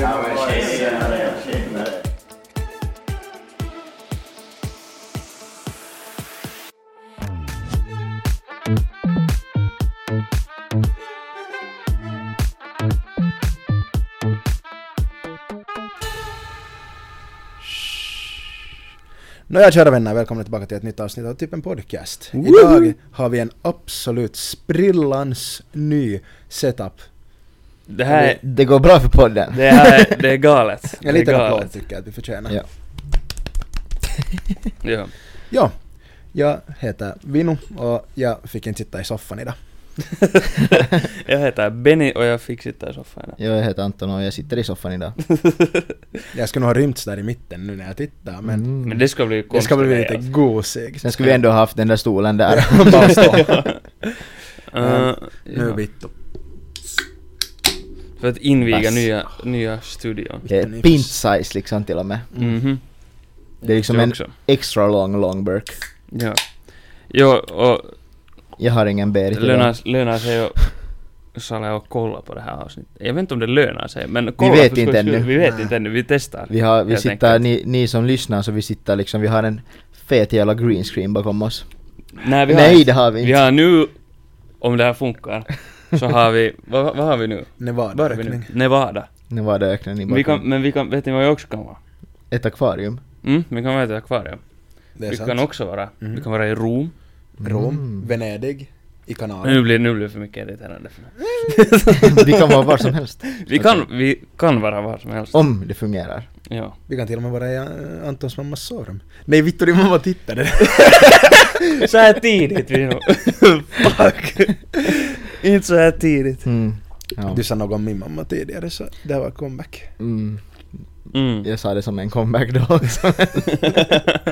Ja, men tjenare, tjenare. Nåja kära vänner, välkomna tillbaka till ett nytt avsnitt av typ en podcast. Idag har vi en absolut sprillans ny setup. Det här, Det går bra för podden. det här, är- det är galet. En det är liten applåd galet. tycker jag att vi förtjänar. Ja. Ja. ja, jag heter Vinu och jag fick inte sitta i soffan idag. Jag heter Benny och jag fick sitta i soffan idag. Jag heter Anton och jag sitter i soffan idag. Jag skulle nog ha rymts där i mitten nu när jag tittar men Men det ska bli konstigt. jag ska bli lite alltså. gosig. Mm. Sen skulle vi ändå ha haft den där stolen där. Bara stå. Eh, Nu ja. vittu. För att inviga Pass. nya, nya studion. Det är pint size liksom till och med. Mhm. Det är liksom Det en också. extra lång long burk. Ja. Jo, och Jag har ingen Berit idag. lönar, lönar sig ju Sale och kolla på det här avsnittet. Jag vet inte om det lönar sig, men kolla vet för skojs inte skull. ännu. Vi vet Nej. inte ännu, vi testar. Vi, har, vi helt sitter, enkelt. ni, ni som lyssnar så vi sitter liksom, vi har en fet jävla green screen bakom oss. Nej, vi har Nej inte. det har vi Vi inte. har nu, om det här funkar, så har vi, vad, vad har vi nu? Vad har vi nu? Nevadaökning. Nevada. Nu var det öknen i Vi kan, bakom. men vi kan, vet ni vad vi också kan vara? Ett akvarium. Mm, vi kan vara i ett akvarium. Det är Vi Mm. kan sant. också vara, Mhm. vi kan vara i Rom. Rom, Venedig, i Men kanalen. Nu blir, nu blir det för mycket irriterande för mig. vi kan vara var som helst. Vi kan, vi kan vara var som helst. Om det fungerar. Ja. Vi kan till och med vara i eh, Antons mammas sovrum. Nej vittu din mamma tittade. Så här tidigt vi nog. Fuck. Inte så här tidigt. Mm. Ja. Du sa något om min mamma tidigare så det här var comeback. Mm. Mm. Jag sa det som en comeback då också.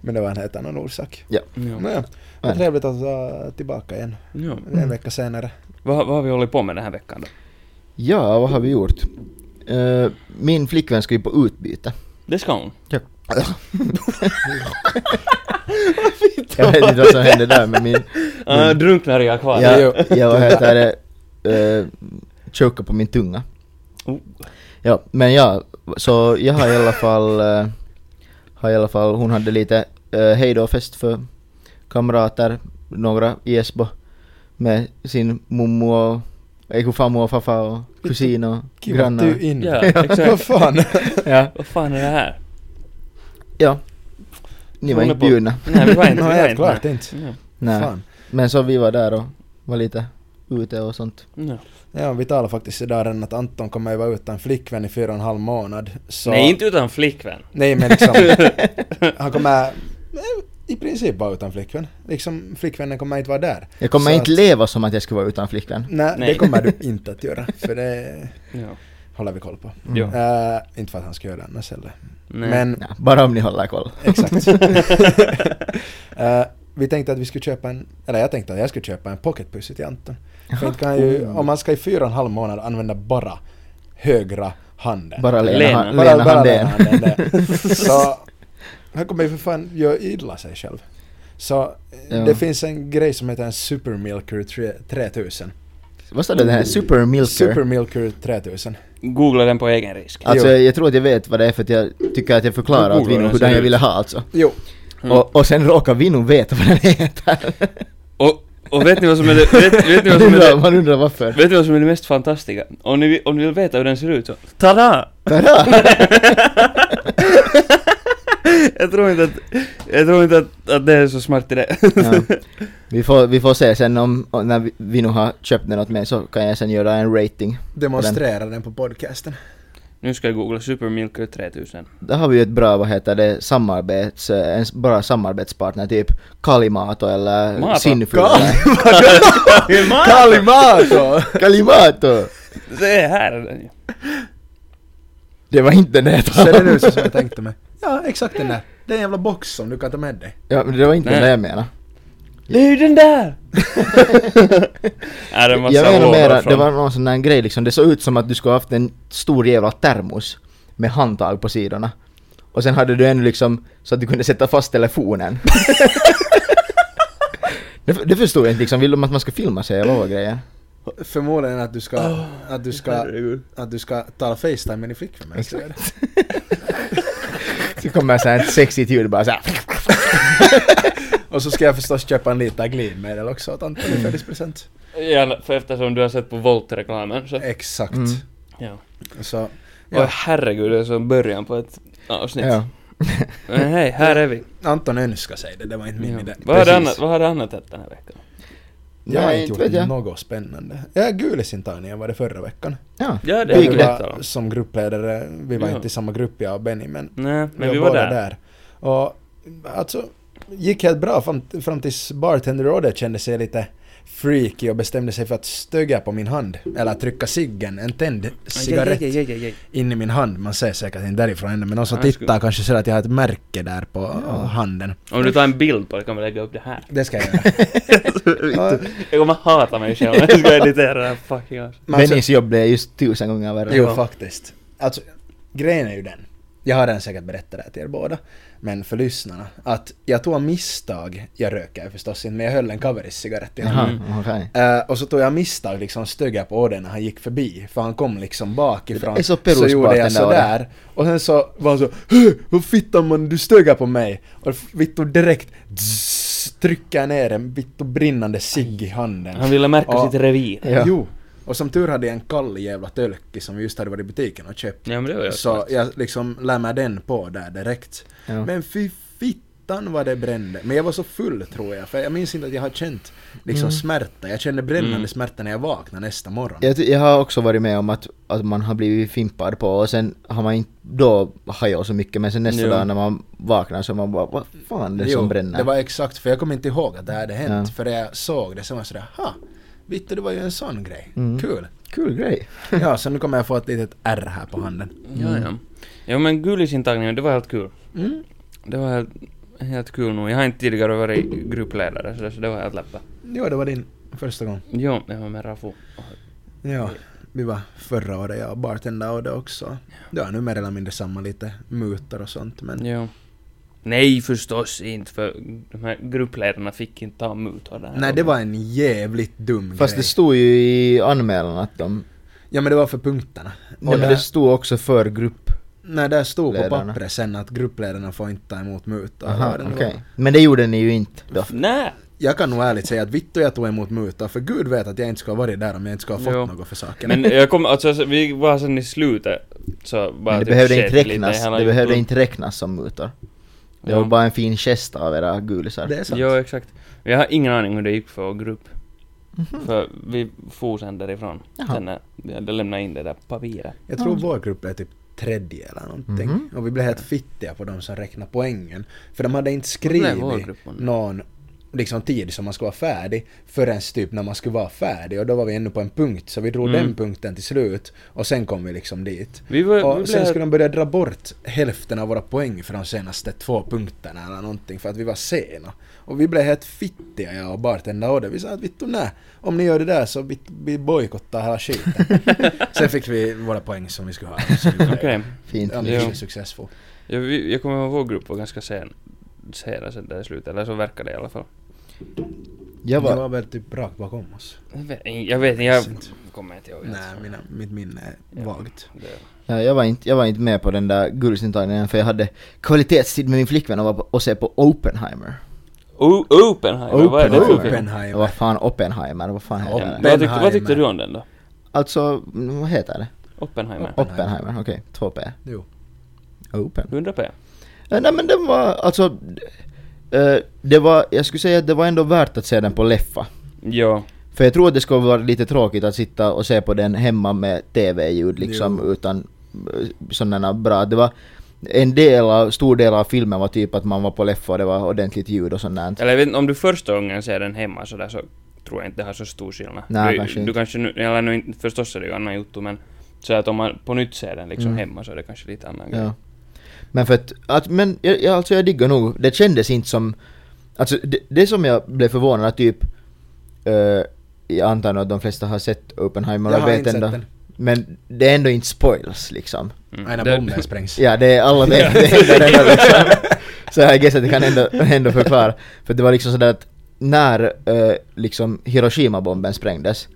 Men det var en helt annan orsak. Ja. Nåja, vad Men. Mm. trevligt att vara tillbaka igen. Ja. En vecka senare. Vad, vad har vi hållit på med den här veckan då? Ja, vad har vi gjort? Eh, min flickvän ska ju på utbyte. Det ska hon. Jag vet inte vad som hände där med min... Mm. Ah, drunknar i akvariet. jo. Jag, jag vad heter det, uh, choka på min tunga. Oh. Ja, men ja, så jag har i alla fall, eh, har i alla fall hon hade lite uh, hejdå-fest för kamrater, några i Esbo med sin mummo och ekofammo och faffa och kusin och Kiva att grannar. du in. Ja, Vad exakt. fan. Ja, Vad fan är det här? ja. Ni var Hon är inte på- bjudna. Nej, vi var Nej, inte, vi var helt inte. klart inte. Ja. Nej. Fan. Men så vi var där och var lite ute och sånt. Ja. Ja, vi talade faktiskt idag redan att Anton kommer ju vara utan flickvän i fyra och en halv månad. Så... Nej, inte utan flickvän. Nej, men liksom. han kommer eh, i princip vara utan flickvän. Liksom flickvännen kommer inte vara där. Jag kommer Så inte att- leva som att jag skulle vara utan flickvän. Nej, Nej. det kommer du inte att göra. För det Ja. håller vi koll på. Mm. Jo. Eh, inte för att han ska göra det annars heller. Nej. Men Ja, bara om ni håller koll. Exakt. Eh, vi tänkte att vi skulle köpa en, eller jag tänkte att jag skulle köpa en pocketpussy till Anton. För inte kan ju, Oh. om man ska i fyra och en halv månad använda bara högra handen. Bara Lena, Lena. Han, Lena Handén. handen. det. Så han kommer ju för fan göra illa sig själv. Så eh, Ja. det finns en grej som heter en Super Milker tre- 3000. Vad sa du? Den här Super Milker? Super Milker 3000. Googla den på egen risk. Alltså Jo. jag, jag tror att jag vet vad det är för att jag tycker att jag förklarar åt Googla Vino den, hur ser den jag ut. ville ha alltså. Jo, Mm. Och, och sen råkar Vino veta vad den heter. Och, och vet ni vad som är det, vet, vet ni vad som Man är undrar, det, man undrar varför. vet ni vad som är det mest fantastiska? Om ni, vill- om ni vill veta hur den ser ut så, tada! jag tror inte att, jag tror inte att, att det är så smart i det. Ja. Vi, får, vi får se sen om, om- när Vino har köpt den åt mig så kan jag sen göra en rating. demonstrera den på podcasten. Nu ska jag googla Supermilker 3000. Där har vi ju ett bra, vad heter det, samarbets, en s- bra samarbetspartner, typ Kalimato eller Mato. Sinfula. Kalimato! Kalimato! Se här är den ju. Det var inte den jag Ser talade den om. ut så som jag tänkte mig? Ja, exakt den där. Det är en jävla box som du kan ta med dig. Ja, men det var inte Nej. den jag menade. Det är ju den där! är det en massa Jag menar hål mera, härifrån? det var någon sån där grej liksom, det såg ut som att du skulle ha haft en stor jävla termos med handtag på sidorna. Och sen hade du en liksom, så att du kunde sätta fast telefonen. det, det förstod jag inte liksom, vill de att man ska filma sig eller vad var grejen? Förmodligen att du ska, att du ska, Herregud. att du ska tala Facetime med din flickvän. så är det. Så kommer så här ett sexigt ljud bara såhär. Och så ska jag förstås köpa en liten glidmedel också åt Anton i födelsedagspresent. Ja, för eftersom du har sett på Volt-reklamen så... Exakt. Mm. Ja. Så, Åh herregud, det är som början på ett avsnitt. Ja. Men hej, här är vi. Anton önskar sig det, det var inte min Ja. idé. Vad har, du Precis. annat, vad har du annat hänt den här veckan? Jag har Nej, inte vet gjort jag. något spännande. Jag är gulisintagningen var det förra veckan. Ja. Ja, det är Jag vi var som gruppledare, vi var Ja. inte i samma grupp jag och Benny men Nej, men var vi var båda där. Och alltså, gick helt bra fram, fram tills bartender Rodde kände sig lite freaky och bestämde sig för att stöga på min hand. Eller trycka ciggen, en tänd cigarett Aj, aj, aj, aj, aj. in i min hand. Man ser säkert inte därifrån ännu men någon som Nej, skulle- tittar kanske ser att jag har ett märke där på handen. Om du tar en bild på det kan vi lägga upp det här. Det ska jag göra. Ja, Jag kommer hata mig själv när jag ska editera det här fucking avsnittet. men alltså- Bennys jobb blev just tusen gånger värre. Jo, Ja. faktiskt. Alltså, grejen är ju den. Jag har den säkert berättat det här till er båda. Men för lyssnarna. Att jag tog av misstag, jag röker förstås inte, men jag höll en Caveris-cigarett i handen. Jaha, Mm. okej. Eh, och så tog jag misstag liksom stögga på Ode när han gick förbi, för han kom liksom bakifrån. Det är så perusbart, gjorde jag den där sådär. Och sen så var han så "Hö, Vad fittan man, du stögar på mig! Och Vittu direkt tss, trycker jag ner en vittu brinnande cigg i handen. Han ville märka Ja. sitt revir. Ja. Jo. Och som tur hade jag en kall jävla tölkis som vi just hade varit i butiken och köpt. Ja, men det var ju Så smart. jag liksom lämnar den på där direkt. Ja. Men fy fittan vad det brände. Men jag var så full tror jag, för jag minns inte att jag har känt liksom Mm. smärta. Jag kände brännande Mm. smärta när jag vaknade nästa morgon. Jag, ty- jag har också varit med om att, att man har blivit fimpad på och sen har man inte då hajat så mycket men sen nästa Jo. dag när man vaknar så man bara vad fan det är som bränner. det var exakt, för jag kommer inte ihåg att det hade hänt. Ja. För jag såg det så var jag sådär, ha, Vittu det var ju en sån grej. Mm. Kul. Kul grej. Ja, så nu kommer jag få ett litet R här på handen. Ja, ja. Ja, men gulisintagningen, det var helt kul. Mm. Det var helt, helt kul nog. Jag har inte tidigare varit gruppledare, så det- så det var helt läppa. Jo, det var din första gång. Jo, jag var med Rafu. Ja, vi var förra året jag och bartender och det också. Ja, nu mer eller mindre samma lite mutor och sånt men Jo. Nej, förstås inte, för de här gruppledarna fick inte ta mutor där. Nej, det var en jävligt dum Fast grej. det stod ju i anmälan att de... Ja men det var för punkterna. Och Nej men där, det stod också för grupp. nej, där stod på Ledarna. pappret sen att gruppledarna får inte ta emot mutor. Aha, Vad det okej. nu var. Men det gjorde ni ju inte då. Nej! Jag kan nog ärligt säga att vittu jag tog emot mutor, för gud vet att jag inte ska ha varit där om jag inte ska ha fått Jo. något för saken. Men jag kom, alltså så- vi var sen i slutet, så bara Men det typ behövde sket inte lite i räknas, hela det behövde jutun. inte räknas som mutor. Det Ja. var bara en fin gest av era gulisar. det är sant. Jo, exakt. Jag har ingen aning hur det gick för vår grupp. För vi for sen därifrån. Mhm. Jaha. Sen när vi hade lämnat in det där papiret. Jag tror vår grupp är typ tredje eller någonting. Mhm. Och vi blev helt fittiga på de som räknade poängen. För de hade inte Vad blev vår skrivit grupp på nu? någon liksom tid som man skulle vara färdig förrän typ när man skulle vara färdig och då var vi ännu på en punkt så vi drog Mm. den punkten till slut och sen kom vi liksom dit. Vi var, vi blev Och sen helt- skulle de börja dra bort hälften av våra poäng för de senaste två punkterna eller någonting för att vi var sena. Och vi blev helt fittiga jag och bartendern och det. Vi sa att vittu nä, om ni gör det där så vi, vi bojkottar hela skiten. sen fick vi våra poäng som vi skulle ha. Så vi blev- Okej. Fint. Ja, Jo. mission successful. Jag, vi- jag kommer ihåg vår grupp var ganska sen. Sena sen där i slutet, eller så verkar det i alla fall. Jag Det var... var väl typ rakt bakom oss. Jag vet inte, jag, vet, inte, jag Sent. kommer inte ihåg. Nej, mina, mitt minne är Ja. vagt. Det- Ja, jag, var inte, jag var inte med på den där gulisintagningen för jag hade kvalitetstid med min flickvän och var på, och se på Oppenheimer. O- Oppenheimer, vad är det för Oppenheimer. film? Ja, Vad Oppenheimer. fan Oppenheimer, vad fan heter Oppen- det? Vad tyckte, vad tyckte du om den då? Alltså, mm, vad heter det? Oppenheimer? Opp- Oppenheimer, okej. 2P. Jo. Open. 100p? Eh, Nej men den var, alltså... eh, Det var, jag skulle säga att det var ändå värt att se den på Leffa. Ja. För jag tror att det skulle vara lite tråkigt att sitta och se på den hemma med TV-ljud liksom Jo. utan eh, sådana bra... Det var en del av, stor del av filmen var typ att man var på Leffa och det var ordentligt ljud och sånt där. Eller jag vet inte, om du första gången ser den hemma sådär så tror jag inte det har så stor skillnad. Nej, du, kanske du inte. kanske nu, eller nu inte, förstås är det ju annan jotto men så att om man på nytt ser den liksom hemma så är det kanske lite annan grej. Mm. Ja. Men för att, att men jag, jag- alltså jag diggar nog, det kändes inte som... Alltså det, det som jag blev förvånad att typ... eh, jag antar nog att de flesta har sett Oppenheimer Jag och har vet inte sett ändå. den. Men det är ändå inte spoils liksom. Mm. Aina Det- bomben sprängs. Ja, det är alla vet det händer ändå liksom. Så jag guess att jag kan ändå, ändå förklara. För det var liksom sådär att när eh, liksom Hiroshima-bomben sprängdes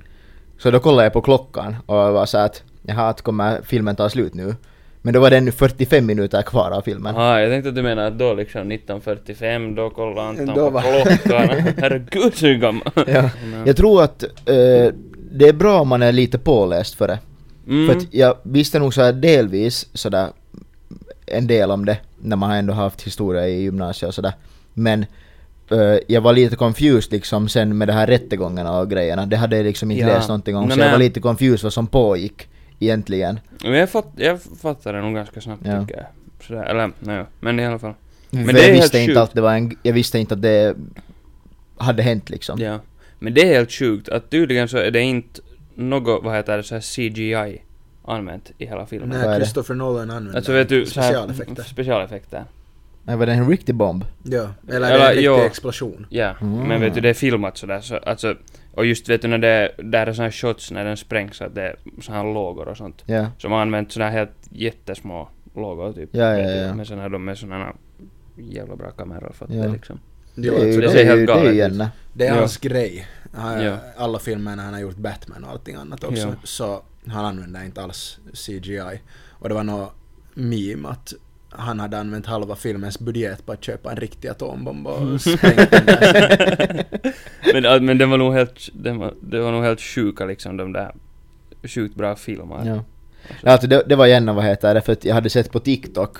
Så då kollade jag på klockan och jag var så här att jaha, att kommer filmen ta slut nu? Men då var det ännu 45 minuter kvar av filmen. Jaha, jag tänkte att du menar att då liksom 1945, då kollade Anton Då på var- klockan. Herregud så gammal! Mm. Ja. Jag tror att eh, det är bra om man är lite påläst för det. Mm. För att jag visste nog så här delvis sådär en del om det när man har ändå haft historia i gymnasiet och sådär. Men eh, jag var lite confused liksom sen med de här rättegångarna och grejerna. Det hade jag liksom inte Ja. läst någonting om Nej, så jag men- var lite confused vad som pågick egentligen. Men jag, fatt, jag fattar det nog ganska snabbt Ja. tycker jag. Sådär, eller nej, men i alla fall. Mm. Men För det är jag helt visste sjukt. inte att det var en, jag visste inte att det hade hänt liksom. Ja. Men det är helt sjukt att tydligen så är det inte något, vad heter det, så här CGI använt i hela filmen. Vad är När det? Christopher Nolan använder Alltså vet du, så här- specialeffekter. specialeffekter. Nej, var det en riktig bomb? Ja, eller, Eller, en riktig ja. explosion. Ja, Mm. men vet du det är filmat sådär så, alltså, och just vet du när det, där är såna här shots när den sprängs att det är såna här lågor och sånt. Ja. Som har använt såna här helt jättesmå lågor typ. Ja, ja, vet du. ja. Men sen har de med såna här jävla bra kameror för att Ja. det liksom. Det Ja, är ju, så alltså, det det det, ser är helt ju, det är galet ju ut. jävla. det är Ja. hans grej. Han, Ja. Alla filmer när han har gjort Batman och allting annat också, Ja. så han använder inte alls CGI. Och det var nå meme att han hade använt halva filmens budget på att köpa en riktig atombomb och sprängt den där. men, äh, men den var nog helt, den var, det var nog helt sjuka liksom de där sjukt bra filmer. Ja. Ja, alltså det, det var igen vad heter det, för att jag hade sett på TikTok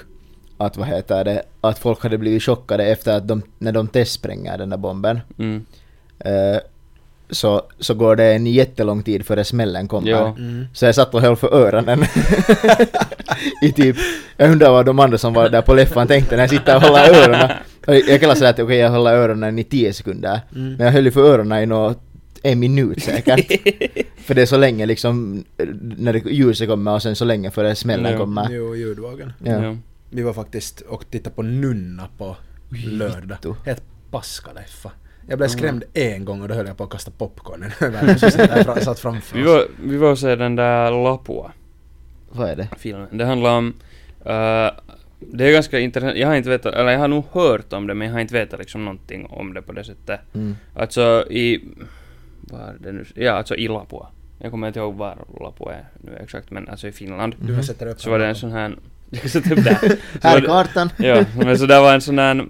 att vad heter det, att folk hade blivit chockade efter att de, när de testspränger den där bomben. Mm. Eh, så, så går det en jättelång tid före smällen kommer. Ja. Mm. Så jag satt och höll för öronen. I typ, jag undrar vad de andra som var där på leffan tänkte när jag sitter och håller öronen. Och Jag kallar sådär att okej jag håller öronen i 10 sekunder. Mm. Men jag höll ju för öronen i nå en minut säkert. för det är så länge liksom, eh, när det, ljuset kommer och sen så länge före smällen Ja. kommer. Jo, ljudvågen. Ja. Ja. Vi var faktiskt och tittade på Nunna på lördag. vittu. Helt paska leffa. Jag blev skrämd en gång och då höll jag på att kasta popcornen över den som satt där fra- satt framför Vi oss. var, vi var och såg den där Lapua. Vad är det? filmen. Det handlar om... eh, det är ganska intressant. Jag har inte vetat, eller jag har nog hört om det men jag har inte vetat liksom någonting om det på det sättet. Mm. Alltså i... Vad är det nu? Ja, alltså i Lapua. Jag kommer inte ihåg var Lapua är nu exakt men alltså i Finland. Mm-hmm. Du Mhm. har sett det upp Så var det en sån här... Så typ där. Så Här var är det- kartan! Ja, men så där var en sån här...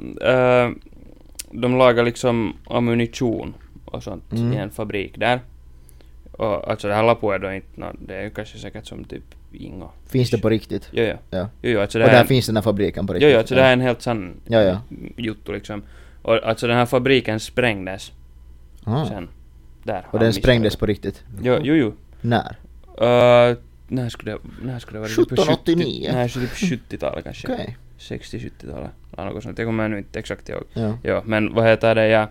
eh, de lagar liksom ammunition och sånt Mm. i en fabrik där. Och alltså det här Lapua är då inte... nå, det är ju kanske säkert som typ Ingo. Finns det på riktigt? Jo, jo. Ja. Jo, jo, alltså det Och här är där en- finns den här fabriken på Jo, riktigt? jo, alltså det här är en helt sann Ja, ja. jotto liksom. Och alltså den här fabriken sprängdes Ah. sen. Där. Och den sprängdes på riktigt? Jo, jo, jo. När? Uh, när skulle det, när skulle det vara? Typ på 1789. 70 Nej, så typ 70-talet kanske. Okej. 60-70-talet. Eller något sånt. Jag kommer nu inte exakt ihåg. Ja. Ja, men vad heter det? Ja.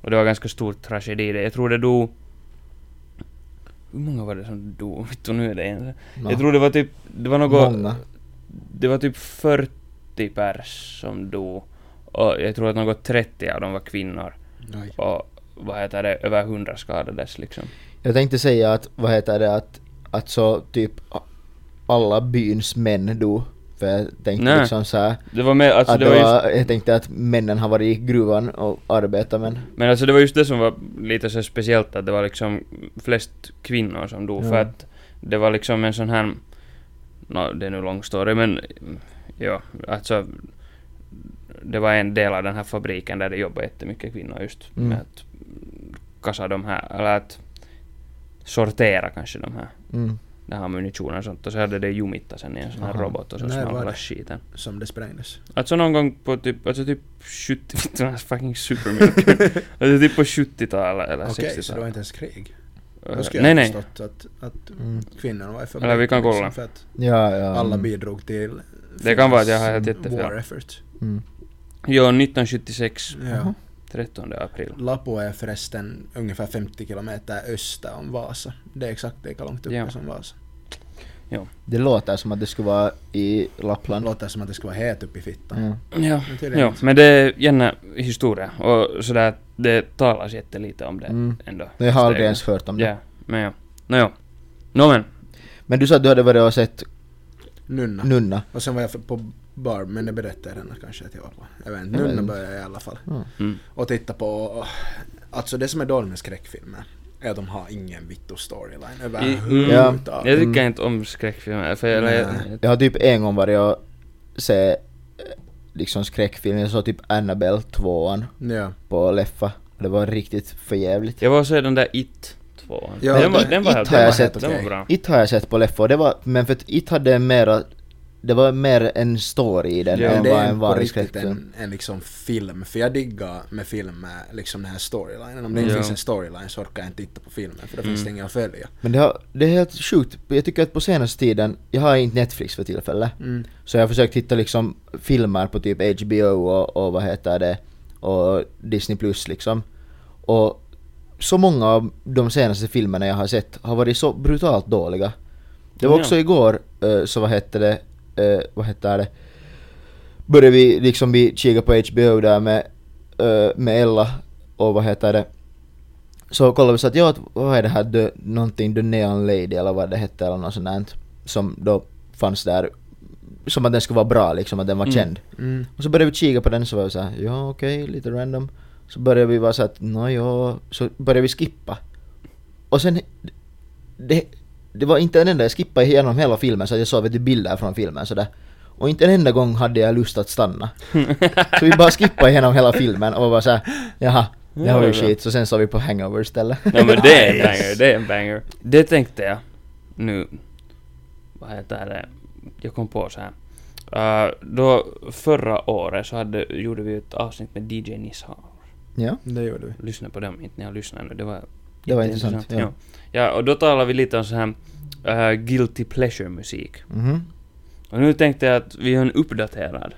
Och det var ganska stor tragedi. Det- Jag tror det dog... Hur många var det som dog? Vittu, nu är det en. Nå. Jag tror det var typ... Det var något... Många. Det var typ 40 pers som dog. Och jag tror att något 30 av dem var kvinnor. Oj. Och vad heter det, över 100 skadades liksom. Jag tänkte säga att, vad heter det, att, att så typ a- alla byns män dog. För jag tänkte Nej. liksom så här, Det var med, alltså att det det var just, var, jag tänkte att männen har varit i gruvan och arbetat men... men alltså det var just det som var lite så speciellt att det var liksom flest kvinnor som dog Ja. för att det var liksom en sån här, nå det är nu lång story men ja, alltså det var en del av den här fabriken där det jobbade jättemycket kvinnor just Mm. med att kassa de här, eller att sortera kanske de här Mm. den här ammunitionen och sånt och så hade det jumittat sen i en sån här Aha. robot och så När var small hela det? skiten. Som det sprängdes. Alltså någon gång på typ, alltså typ 70, den här fucking supermjölken. alltså typ på 70-talet eller Okej, så det var 60-talet. inte ens krig? Då Eh, skulle nej jag ha nej. förstått att, att Mm. kvinnorna var i fabriken. Eller vi kan liksom, kolla. För att Ja, ja. alla mm. bidrog till... Det kan vara att jag har helt Finlands jättefel. War effort. Mm. Jo, 1976, Ja. 13 april. Lapo är förresten ungefär 50 kilometer öster om Vasa. Det är exakt lika långt uppe Ja. som Vasa. Det låter som att det skulle vara i Lappland. Låter som att det ska vara helt upp i fittan. Ja. Ja. Men tydligen Jo, inte. men det är jämna historia och sådär, det talas jättelite om det Mm. ändå. Jag har aldrig ens hört om det. Ja, men ja. Nåjo. Nå men. Men du sa att du hade varit och sett Nunna. Nunna. Och sen var jag för- på bar, men det berättade jag redan kanske att jag var på. Jag vet inte, Nunna Mm. började jag i alla fall. Mm. Och titta på... Alltså det som är dåligt med skräckfilmer är att de har ingen vittu storyline I- överhuvudtaget. Jag tycker Mm. inte om skräckfilmer. För jag, jag, Nej. Jag har typ en gång varit och sett eh, liksom skräckfilm. Jag såg typ Annabelle 2an Mm. Ja. på Leffa. Det var riktigt förjävligt. jag var och såg den där It 2. Ja, den, var, It- den var It helt har jag bra. sett, Den var okej. bra. It har jag sett på Leffa och det var, men för att It hade en mera, det var mer en story i den Ja, än Men det vad är en på vanlig riktigt skräckfilm. en, en liksom film, för jag diggar med filmer liksom den här storylinen. Om det inte Ja. finns en storyline så orkar jag inte titta på filmen för då finns det Mm. ingen att följa. Men det, har, det är helt sjukt. Jag tycker att på senaste tiden, jag har inte Netflix för tillfället. Mm. Så jag har försökt hitta liksom filmer på typ HBO och, och vad heter det och Disney plus liksom. Och så många av de senaste filmerna jag har sett har varit så brutalt dåliga. Det var Ja. också igår, eh, så vad hette det, eh, vad hette det, började vi liksom vi kika på HBO där med, eh, med Ella och vad heter det, så kollade vi så att ja, att vad är det här, the, någonting, The Neon Lady eller vad det hette eller något sånt där, som då fanns där, som att den skulle vara bra liksom, att den var Mm. känd. Mm. Och så började vi kika på den så var vi såhär, ja okej, lite random. Så började vi vara såhär, nå ja, så började vi skippa. Och sen, det, det var inte en enda, jag skippade igenom hela filmen så att jag såg vet du, bilder från filmen sådär. Och inte en enda gång hade jag lust att stanna. så vi bara skippade igenom hela filmen och var bara såhär, jaha, det här var ju Ja, ja. skit. Så sen såg vi på hangover istället. Ja men det är en banger, det är en banger. Det tänkte jag nu, vad heter det, jag kom på så här. Uh, då förra året så hade, gjorde vi ett avsnitt med DJ Nissan. ja, Det gjorde vi. Lyssna på dem, inte ni har lyssnat nu. Det var det var jätteintressant. intressant. Ja. Ja. ja, och då talade vi lite om så här eh, guilty pleasure musik. Mhm. Och nu tänkte jag att vi har en uppdaterad.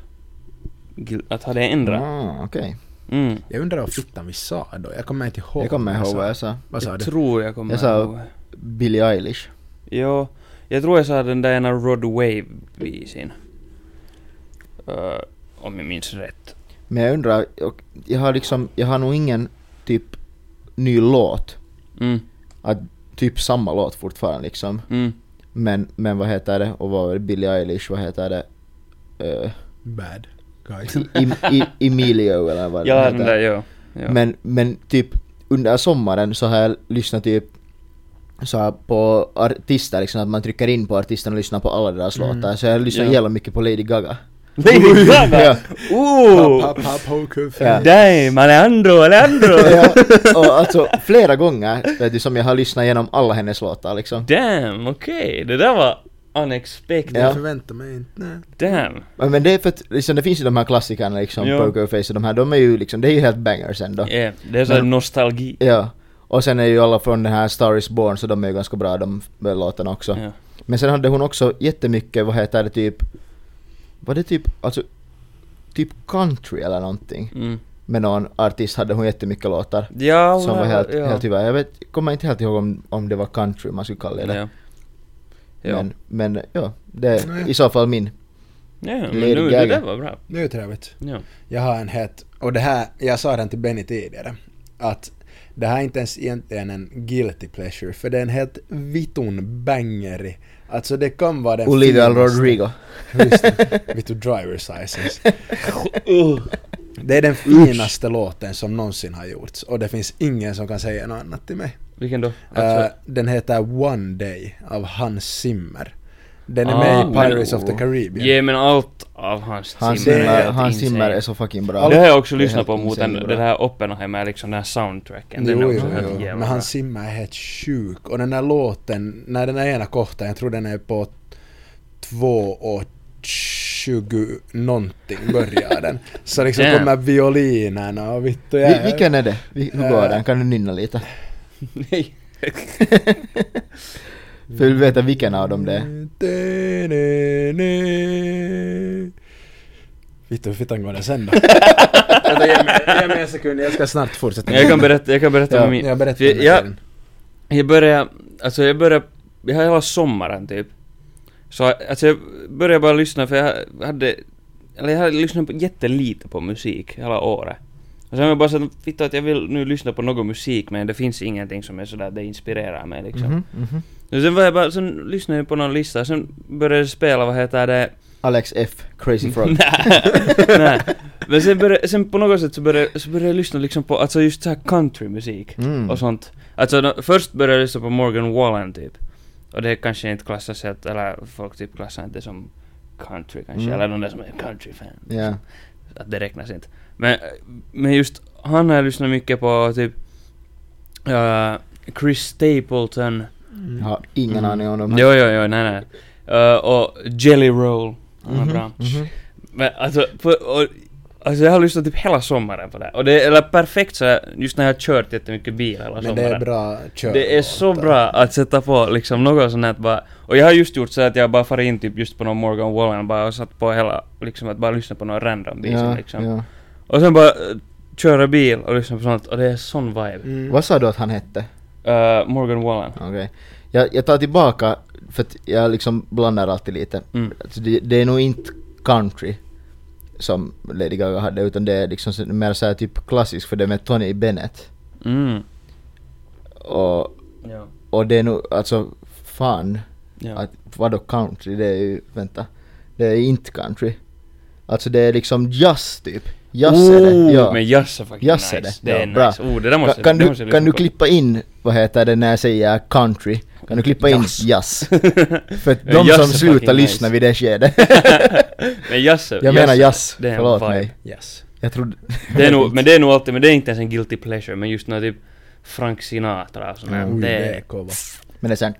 guil- Att ha det ändrat. Ah, okej. Mm. Jag undrar vad fittan vi sa då? Jag kommer inte ihåg. Jag kommer ihåg vad sa. jag sa. Vad sa Jag du? tror jag kommer Jag sa- ihåg. Billie Eilish. Ja, jag tror jag sa den där ena Rod Wave-visin. Eh, om jag minns rätt. Men jag undrar, och jag har liksom, jag har nog ingen typ ny låt, Mm, att typ samma låt fortfarande liksom. mm. Men, men vad heter det, och vad var det, Billie Eilish, vad heter det? Eh, Bad guy. I, I, Emilio eller vad Ja, heter. den där, ja. ja. Men, men typ under sommaren så har jag lyssnat typ så här på artister liksom, att man trycker in på artisten och lyssnar på alla deras Mm. låtar. Så jag lyssnar Ja. jävla mycket på Lady Gaga. Lady Ja. Gaga! Pop, Ooh! pop, pop, hoku, Oh. Ja. Damn, Alejandro, Alejandro! ja, och alltså flera gånger vet du, som jag har lyssnat igenom alla hennes låtar liksom. Damn, okej. Det där var unexpected. Ja. Jag förväntar mig inte. Nej. Damn. Ja, Men det är för att liksom, det finns ju de här klassikerna liksom, Ja. Pokerface och de här, de är ju liksom, det är ju helt bangers ändå. Ja, det är sån här Men- nostalgi. Ja. Och sen är ju alla från den här Star Is Born så de är ju ganska bra de f- låtarna också. Ja. Men sen hade hon också jättemycket, vad heter det typ, var det typ, alltså typ country eller någonting. Mm. Med någon artist hade hon jättemycket låtar. Ja, som var helt, ja. helt hyvä. Jag vet, kommer inte helt ihåg om, om det var country man skulle kalla det. Ja. Ja. Men, men ja, det är Nej. i så fall min. Ja, men Lady nu, Gaga. det där var bra. Det är ju trevligt. Ja. Jag har en het, och det här, jag sa den till Benny tidigare, att det här är inte ens egentligen en guilty pleasure, för det är en helt vitun bangerig. Alltså det kan vara den Olivia finaste- Rodrigo. Just det, vitu driver's license. Uh. Det är den finaste låten som någonsin har gjorts, och det finns ingen som kan säga något annat till mig. Vilken då? Äh, Eh, Alltså, den heter One Day av Hans Zimmer. Den är Ah, med i men- Pirates of the Caribbean. ge men allt av hans Hans Zimmer är Zimmer, helt Hans Zimmer insane. är så fucking bra. Det har jag också Det är lyssnat helt på mot den, insane bra. den här Oppenheimer, liksom den här soundtracken. Den Jo, är jo, också jo, helt jo. jo. jävla Men bra. hans simma är helt sjuk. Och den här låten, när den här ena korten, jag tror den är på 2 och 20 någonting börjar den. Så liksom Damn. kommer violinerna och vitt och Vi, jag... vilken är det? Vi, hur går Eh. den? Kan du nynna lite? Nej. För vi vill veta vilken av dem det är. Vitt Vittu, hur fittan går den sen då? Vänta, ge mig- ge mig en sekund, jag ska snart fortsätta. Jag kan berätta, jag kan berätta Ja, om min... Jag berättar För den här jag- tiden. Jag började, alltså jag började, jag har hela sommaren typ. Så alltså jag började bara lyssna för jag hade, eller jag hade lyssnat på jättelite på musik hela året. Och sen har jag bara sagt, fitta att jag vill nu lyssna på någon musik men det finns ingenting som är sådär, det inspirerar mig liksom. Mhm, mhm. Och sen var jag bara, sen lyssnade jag på någon lista, sen började jag spela, vad heter det? Alex F. Crazy Frog. Nej. Nej. Men sen, började, sen på något sätt så började, så började jag lyssna liksom på, alltså just så här countrymusik Mm. och sånt. Alltså no, först började jag lyssna på Morgan Wallen typ. Och det kanske inte klassas helt, eller folk typ klassar inte som country kanske, Mm. eller de där som är country-fan. Ja. Att det räknas inte. Men, men just han har jag lyssnat mycket på typ eh, Chris Stapleton. Jag har ingen aning om dem. Mm. Jo, jo, jo, nej, nej. Eh, och Jelly Roll. Han var bra. Mhm. Men alltså, på, och, alltså jag har lyssnat typ hela sommaren på det här. Och det är eller perfekt så här, just när jag har kört jättemycket bil hela sommaren. Men det är bra kör. Det är så bra att sätta på liksom något sånt här att bara, och jag har just gjort så här att jag bara farit in typ just på någon Morgan Wallen bara och satt på hela, liksom att bara lyssna på någon random bil Ja, liksom. ja. Och sen bara eh, köra bil och lyssna på sånt och det är sån vibe. Mm. Vad sa du att han hette? Eh, Morgan Wallen. Okej. Jag, jag tar tillbaka, för att jag liksom blandar alltid lite. Mm. Alltså det, det är nog inte country som Lady Gaga hade, utan det är liksom så- mer såhär typ klassisk, för det är med Tony Bennett. Mm. Och, Ja. och det är nog, alltså fan, Ja. att, vadå country? Det är ju, vänta, det är inte country. Alltså det är liksom jazz typ. Jazz är det. Ooh, Ja. Oh, Men jazz är fucking Jazz är nice. det. Det är Ja, bra. nice. Oh, det där måste, Ka- kan, det du, måste jag kan du lyssna på. klippa in, vad heter det när jag säger country? Kan du klippa in Jazz. jazz? För att Ja, de jazz är som slutar fucking lyssna nice. vid det skedet. men jazz är- jag menar jazz, det är en förlåt vibe. mig. Yes. Jag trodde... Det är nog, men det är nog alltid, men det är inte ens en guilty pleasure, men just när typ Frank Sinatra och sånt här, Oj, det det är är... kova. Men det är såhär...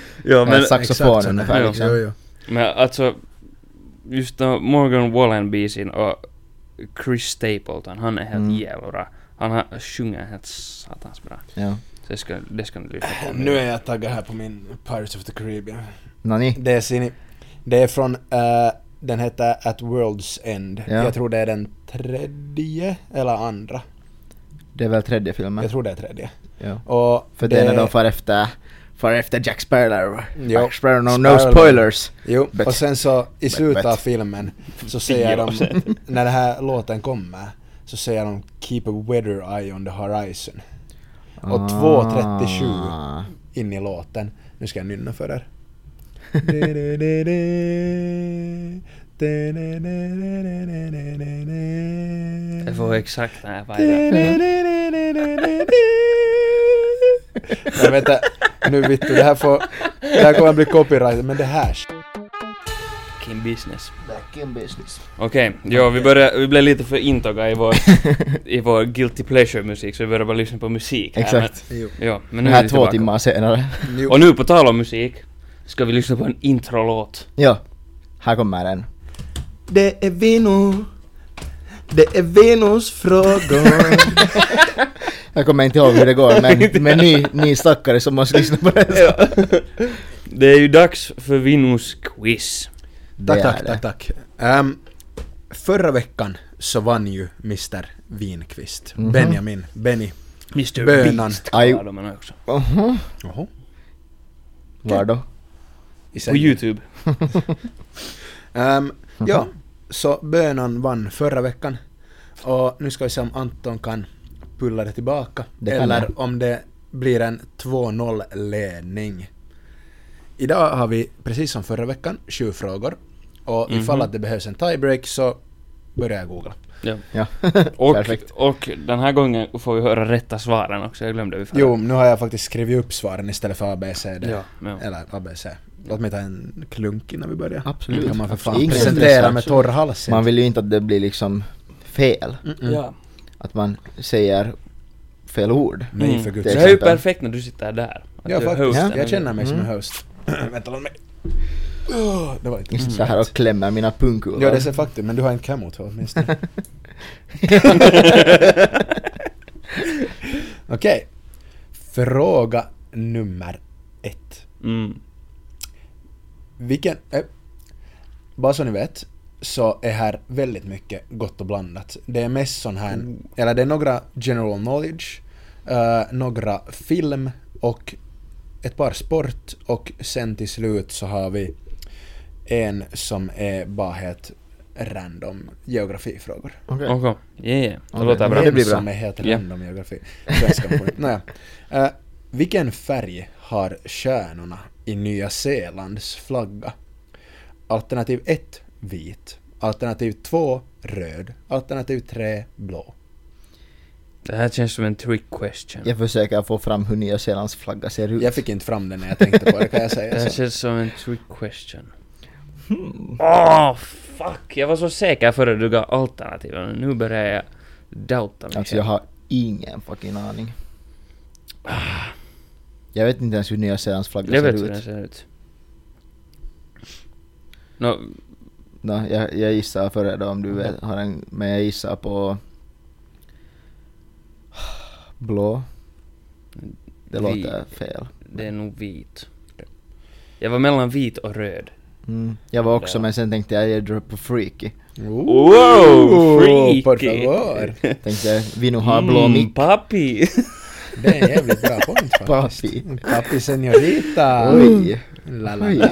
ja, men, Ja, sax- Saxofon Exakt så. ungefär, Jo, liksom. Jo, jo. men alltså, just när Morgan Wallen bisin och Chris Stapleton, han är helt Mm. jävla bra. Han har, sjunger helt satans bra. ja. Så det ska, det ska ni lyssna på. Nu är jag taggad här på min Pirates of the Caribbean. Nani? Det är, sin, det är från, eh, den heter At World's End. Ja. Jag tror det är den tredje eller andra. Det är väl tredje filmen? Jag tror det är tredje. Ja. Och För det är när de far efter... Far efter Jack Sparrow. Jo. Jack Sparrow, no, no Sparrow. spoilers. Jo, Bet. och sen så i slutet bet. av filmen så Tio säger år de, sedan. när den här låten kommer, så säger de “Keep a weather eye on the horizon” Och 2.37. Ah. in i låten. Nu ska jag nynna för er. Jag får exakt den här viben. Nej vänta, nu vittu, det här får... Det här kommer bli copyright, men det här... Fucking business. Back in business. Okej, ja vi började, vi blev lite för intaga i vår, i vår guilty pleasure musik så vi började bara lyssna på musik här, Exakt. Jo. Men, ja, men nu Det är här vi två tillbaka. timmar senare. Jo. Och nu på tal om musik, ska vi lyssna på en introlåt. ja. Här kommer den. Det är Vino. Det är Vinos frågor. Jag kommer inte ihåg hur det går men, men ni, ni stackare som måste lyssna på det. så- Det är ju dags för Vinnus quiz. Tack, Det tack, är tack, tack. Ehm, förra veckan så vann ju Mr. Winqvist. Mhm. Benjamin, Benny. Mr Bönan. Beast Aj. kallar de henne också. det. Mhm. Oho. Var då? I På sängen. Youtube. Ehm, ja, så Bönan vann förra veckan. Och nu ska vi se om Anton kan pulla det tillbaka. Det kan eller jag. om det blir en 2-0-ledning. Idag har vi, precis som förra veckan, sju frågor. Och Mhm. ifall att det behövs en tiebreak så börjar jag googla. Ja. Ja. Och, Perfekt. och den här gången får vi höra rätta svaren också, jag glömde vi förra. Jo, nu har jag faktiskt skrivit upp svaren istället för ABCD. Ja, ja. Eller ABC. Låt mig ta en klunk innan vi börjar. Absolut. Nu kan man för fan Ingen presentera stress, med torr hals. Man vill ju inte att det blir liksom fel. Mm-mm. Ja. Att man säger fel ord. Nej för guds Det Det Mm. här är ju exempel. perfekt när du sitter där. Att Ja du är faktiskt, hosten. jag känner mig som en Mm. host. Vänta, låt mig... Mm. Åh, det var inte Jag sitter här och klämmer mina pungkulor. Ja det är faktum, men du har inte kamot åtminstone. Okej. Fråga nummer ett. Mm. Vilken... Eh, bara så ni vet, så är här väldigt mycket gott och blandat. Det är mest sån här, eller det är några general knowledge, eh, några film och ett par sport och sen till slut så har vi en som är bara helt random geografifrågor. Okej. Okej, yeah, det Okej. låter bra. Men det blir bra. Som är helt Ja. random geografi. Svenska får inte- Nåja. Eh, vilken färg har stjärnorna i Nya Zeelands flagga? Alternativ 1 vit. Alternativ två röd. Alternativ tre blå. Det här känns som en trick question. Jag försöker få fram hur Nya Zeelands flagga ser ut. Jag fick inte fram den när jag tänkte på det kan jag Det säga. alltså- här Så. känns som en trick question. Åh, fuck! Jag var så säker före du gav alternativen. Nu börjar jag doubta mig Alltså jag själv. har ingen fucking aning. Jag vet inte ens hur Nya Zeelands flagga Jag ser vet hur den ut. ser ut. Nå, Nå, jag, jag gissar för det då om du vet, har en, men jag gissar på blå. Det Vi- låter fel. det är nog vit. Jag var mellan vit och röd. Mm. Jag var också Ja. men sen tänkte jag jag drar på freaky. Ooh, freaky. Por favor! Tänkte jag, vi nu har blå mick. Mm, Papi! Det är en jävligt bra point faktiskt. Papi. Papi senorita! Oj! La, la, Oj. la.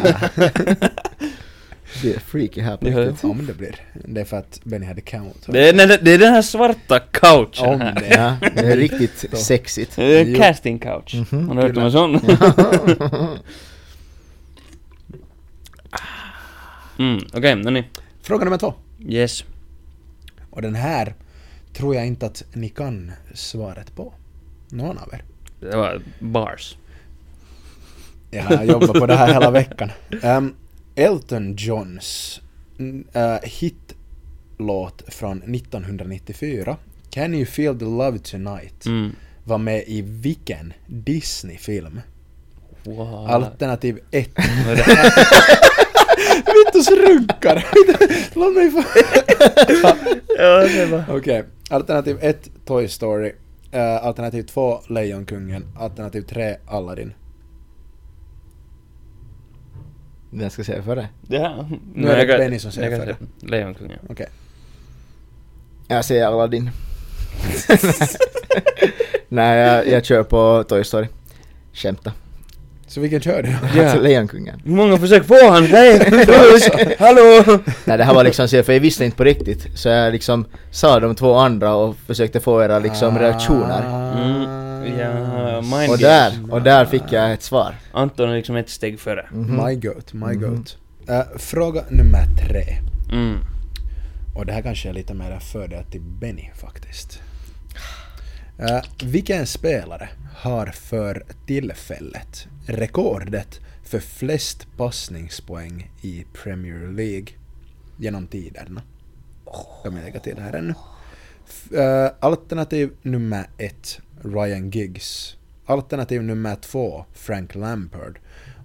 Det är freaky här på Ja, riktigt. Om det blir. Det är för att Benny hade count. Det är, den- det är den här svarta Om couchen här. det. Ja, det är riktigt sexigt. Det är en Jo. casting couch. Mhm. Har du hört om en sån? Mm, okej, noni. Fråga nummer två. Yes. Och den här tror jag inte att ni kan svaret på. Någon av er. Det var bars. Jag har jobbat på det här hela veckan. Ehm, Elton Johns mm, eh, hitlåt från 1994, Can you feel the love tonight, Mm. var med i vilken Disney-film? Wow. Alternativ 1. Vad är det här? Vittus runkar! Låt mig få... Ja, det var- Okej. Alternativ 1, Toy Story. Eh, alternativ 2, Lejonkungen. Alternativ 3, Aladdin. Den ska se för det. Det här. Nu Nej, är det jag- Benny som säger jag kan för det. säga Lejonkungen. Okej. Jag säger Aladdin. Nej, jag, jag kör på Toy Story. Skämta. Så vilken kör du? Alltså Lejonkungen. Hur många försök får han? Nej! Puss! Hallå! Nej det här var liksom så, för jag visste inte på riktigt. Så jag liksom sa de två andra och försökte få era Ah. liksom reaktioner. Mm. Ja, mind Och games. där, och där fick jag ett svar. Mhm. Anton är liksom ett steg före. My goat, my Mm. goat. Eh, fråga nummer tre. Mm. Och det här kanske är lite mer en fördel till Benny faktiskt. Eh, vilken spelare har för tillfället rekordet för flest passningspoäng i Premier League genom tiderna? Kan vi lägga till det här ännu? F- eh, alternativ nummer ett, Ryan Giggs. Alternativ nummer två, Frank Lampard.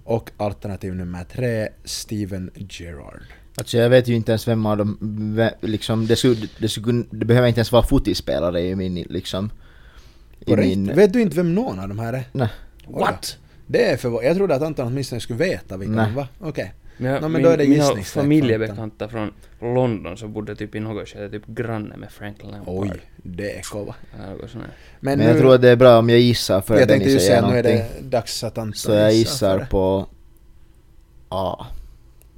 Och alternativ nummer tre, Steven Gerrard. Alltså jag vet ju inte ens vem av dem, ve- liksom det, skulle, det, skulle, det behöver inte ens vara fotispelare i min liksom... I Korrekt. min... Vet du inte vem någon av de här är? Nej. Oj då. Det är förvånande. Jag trodde att Anton åtminstone skulle veta vilka Nej. de var. Okej. Ja, No, men då är det mina gissningslek familjebekanta från London som bodde typ i något skede typ granne med Frank Lampard. Oj, det är kova. Eller något sånt här. Men, Men jag tror att det är bra om jag gissar för jag att tänkte Benny ju säger säga att nu är någonting. det dags att Anton Så jag för gissar det. på... A.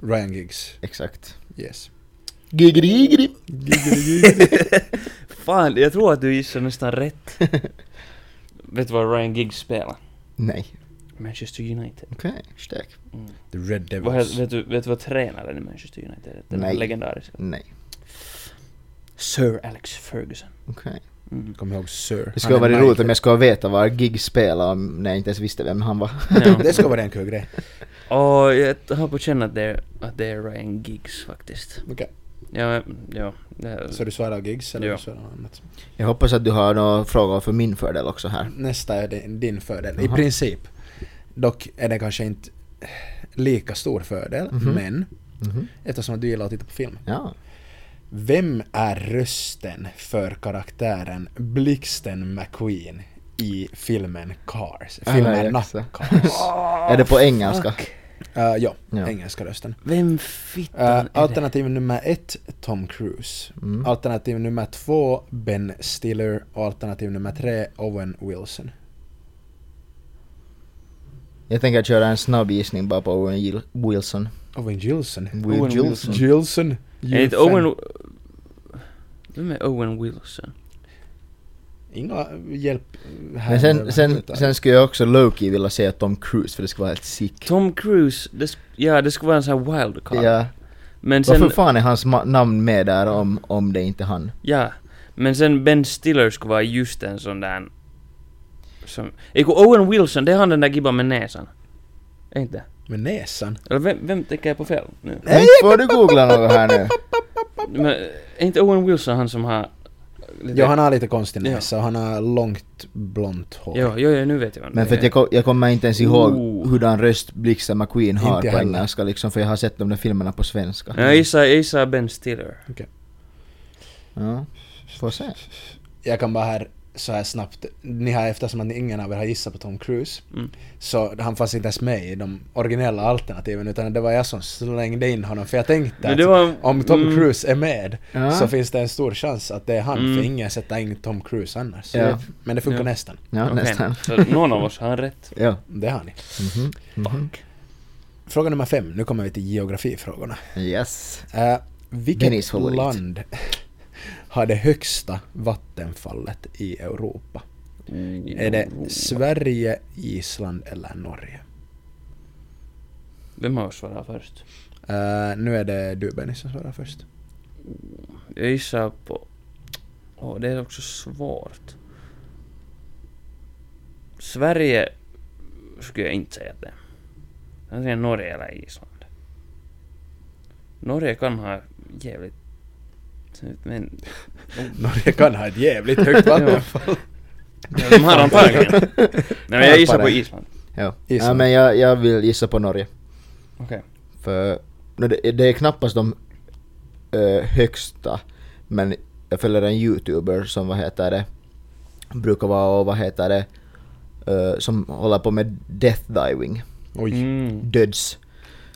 Ryan Giggs. Exakt. Yes. Giggeri-giggeri. Fan, jag tror att du gissar nästan rätt. Vet du vad Ryan Giggs spelar? Nej. Manchester United. Okej, stek. Mm. The Red Vad, he- Devils. vet, du, vet du vad tränaren i Manchester United heter? Den Nej. legendariska. Nej. Sir Alex Ferguson. Okej. Mm. Kom ihåg Sir. Det skulle Han är vara roligt om Michael. jag skulle veta var Gig spelar om- när jag inte ens visste vem han var. Ja. Det skulle vara en kul grej. Och jag har på känn att det är, att det är Ryan Giggs faktiskt. Okej. Ja, men- ja. Det är, Så du svarar Giggs eller Ja. du svarar något annat? Jag hoppas att du har några frågor för min fördel också här. Nästa är din, din fördel. I Jaha. princip. Dock är det kanske inte lika stor fördel, Mhm. men Mhm. eftersom att du gillar att titta på film. Ja. Vem är rösten för karaktären Blixten McQueen i filmen Cars? Ah, nej, Filmerna jag ser. Cars. är det Ah, på engelska? Eh, ja, Ja. engelska rösten. Vem Eh, fittan är det? alternativ nummer ett, Tom Cruise. Mm. Alternativ nummer två, Ben Stiller. Och alternativ nummer tre, Owen Wilson. Jag tänker köra en snabb gissning bara på Owen Gil- Wilson. Owen Gilson? Will Owen Gilson. Gilson? Är det inte Gilson. Owen... Vem är Owen Wilson? Inga hjälp här. Men sen, sen, överhuvudtaget. sen skulle jag också Loki vilja säga Tom Cruise för det skulle vara helt sick. Tom Cruise, det, sk- ja det skulle vara en sån här wildcard. Ja. Men Varför sen, fan är hans ma- namn med där om, om det inte är han? ja. Men sen Ben Stiller skulle vara just en sån där... Som, Eiku Owen Wilson, det är han den där gibban med näsan. Är inte? Med näsan. Eller vem, vem tänker jag på fel nu? Men inte får du googla något här nu. Men, är inte Owen Wilson han som har... lite- Jo, han har lite konstig Ja. näsa och han har långt blont hår. Jo, jo, jo, nu vet jag vem Men det för att är. jag, ko- jag kommer inte ens ihåg Ooh. hurdan röst Blixten McQueen har Inte på heller. engelska liksom, för jag har sett de där filmerna på svenska. Ja, jag gissar, jag gissar Ben Stiller. Ja. Får se. Jag kan bara här så här snabbt, ni har eftersom att ingen av er har gissat på Tom Cruise, Mm. så han fanns inte ens med i de originella alternativen utan det var jag som slängde in honom för jag tänkte Men det att var- om Tom mm. Cruise är med Ja. så finns det en stor chans att det är han Mm. för ingen sätter in Tom Cruise annars. Ja. Men det funkar Ja. nästan. Ja, Okej, nästan. Så någon av oss har rätt. Ja. Det har ni. Mhm. Mhm. Fråga nummer fem, nu kommer vi till geografifrågorna. Yes. Eh, Dennis vilket favorit. land har det högsta vattenfallet i Europa? Mm, Är det Sverige, Island eller Norge? Vem har svarat först? Eh, nu är det du Benny som svarar först. Jag gissar på... Åh, det är också svårt. Sverige skulle jag inte säga att det är. Jag säger Norge eller Island. Norge kan ha jävligt... Men... Norge kan ha ett jävligt högt vattenfall. De har antagligen. Nej men jag gissar på Island. Ja. ja Island. men jag, jag vill gissa på Norge. Okej. För no, det, det är knappast de eh, högsta, men jag följer en youtuber som vad heter det, brukar vara och vad heter det, eh, som håller på med death diving, Oj. Mm. döds.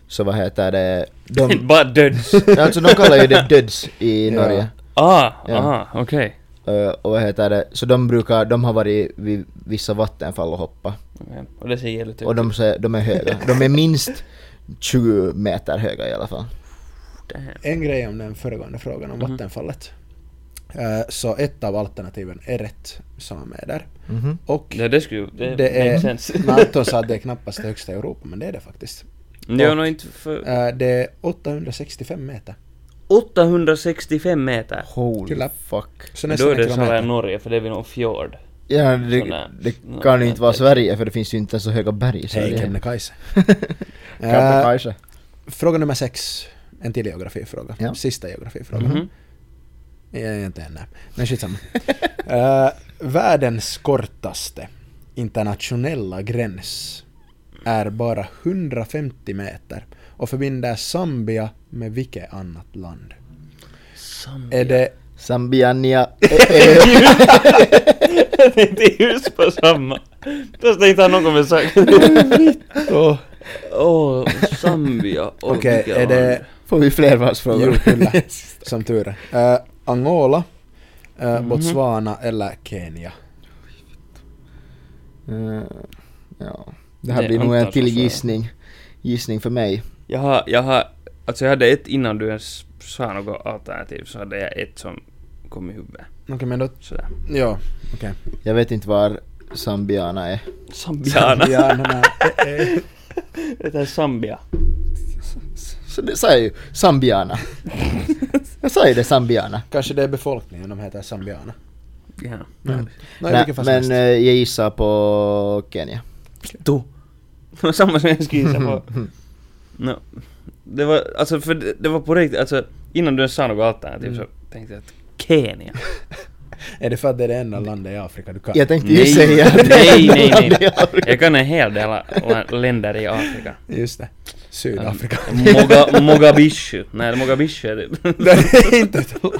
Så vad heter det, de, Bara döds. alltså de kallar ju det döds i Ja. Norge. Ah, Ja. ah, okej. Eh, och vad heter det, så de brukar, de har varit vid vissa vattenfall och hoppa. Okej, Och det ser jävligt Och ut. de, ser- de är höga, de är minst 20 meter höga i alla fall. En grej om den föregående frågan om Mhm. vattenfallet. Eh, så ett av alternativen är rätt som är med där. Mhm. Och Ja, det skulle ju... Det, Det är- makes sense. men Anton sa att det är knappast det högsta i Europa, men det är det faktiskt. Det är nog inte för... Eh, det är 865 meter. 865 meter! Holy Kyllä. fuck. Så Då nästan är en det snarare kilometer. Norge, för det är väl någon fjord. Ja, det, Sådär. det Nå, kan ju inte vara det- Sverige för det finns ju inte så höga berg i Hej Sverige. Kebnekaise. Eh, Kebnekaise. Fråga nummer sex. En till geografifråga. Ja. Sista geografifrågan. Mhm. Eh, Inte än, nej. Men skitsamma. uh, världens kortaste internationella gräns är bara 150 meter och förbinder Zambia med vilket annat land? Är det... Zambiania. eh, Jag tänkte just på samma. Fast det inte har någon med saken. Åh, Åh, Zambia. Åh, Okej, vilket är det... land. Får vi flervalsfrågor? Jo, kyllä. Som tur är. Eh, Angola, eh, Mhm. Botswana eller Kenya? Eh, ja. Det här Det blir nog en antas till vara så. gissning. Gissning för mig. Jag har, jag har... Alltså jag hade ett innan du ens sa något alternativ, så hade jag ett som kom i huvudet. Okej, men då... Sådär. Ja, okej. Jag vet inte var Zambiana är. Zambiana. Ja, nej, nej. Eh, eh. Det är Zambia. Så det sa jag ju. Zambiana. jag sa ju det, Zambiana. Kanske det är befolkningen de heter, zambianer. Ja. No, Nä, Mm. men eh, jag gissar på Kenya. du. Det var samma som jag skulle gissa på. No. Det var, alltså för det, det var på riktigt, alltså innan du ens sa något alternativ Mm. så tänkte jag att Kenya. Är det för att det är det enda landet i Afrika du kan? Jag tänkte ju Nej. säga att det Nej, är nej, något nej. land i Afrika. Jag kan en hel del la- länder i Afrika. Just det. Sydafrika. Moga, Mogadishu. Nej, Mogadishu är det. det är inte ett land.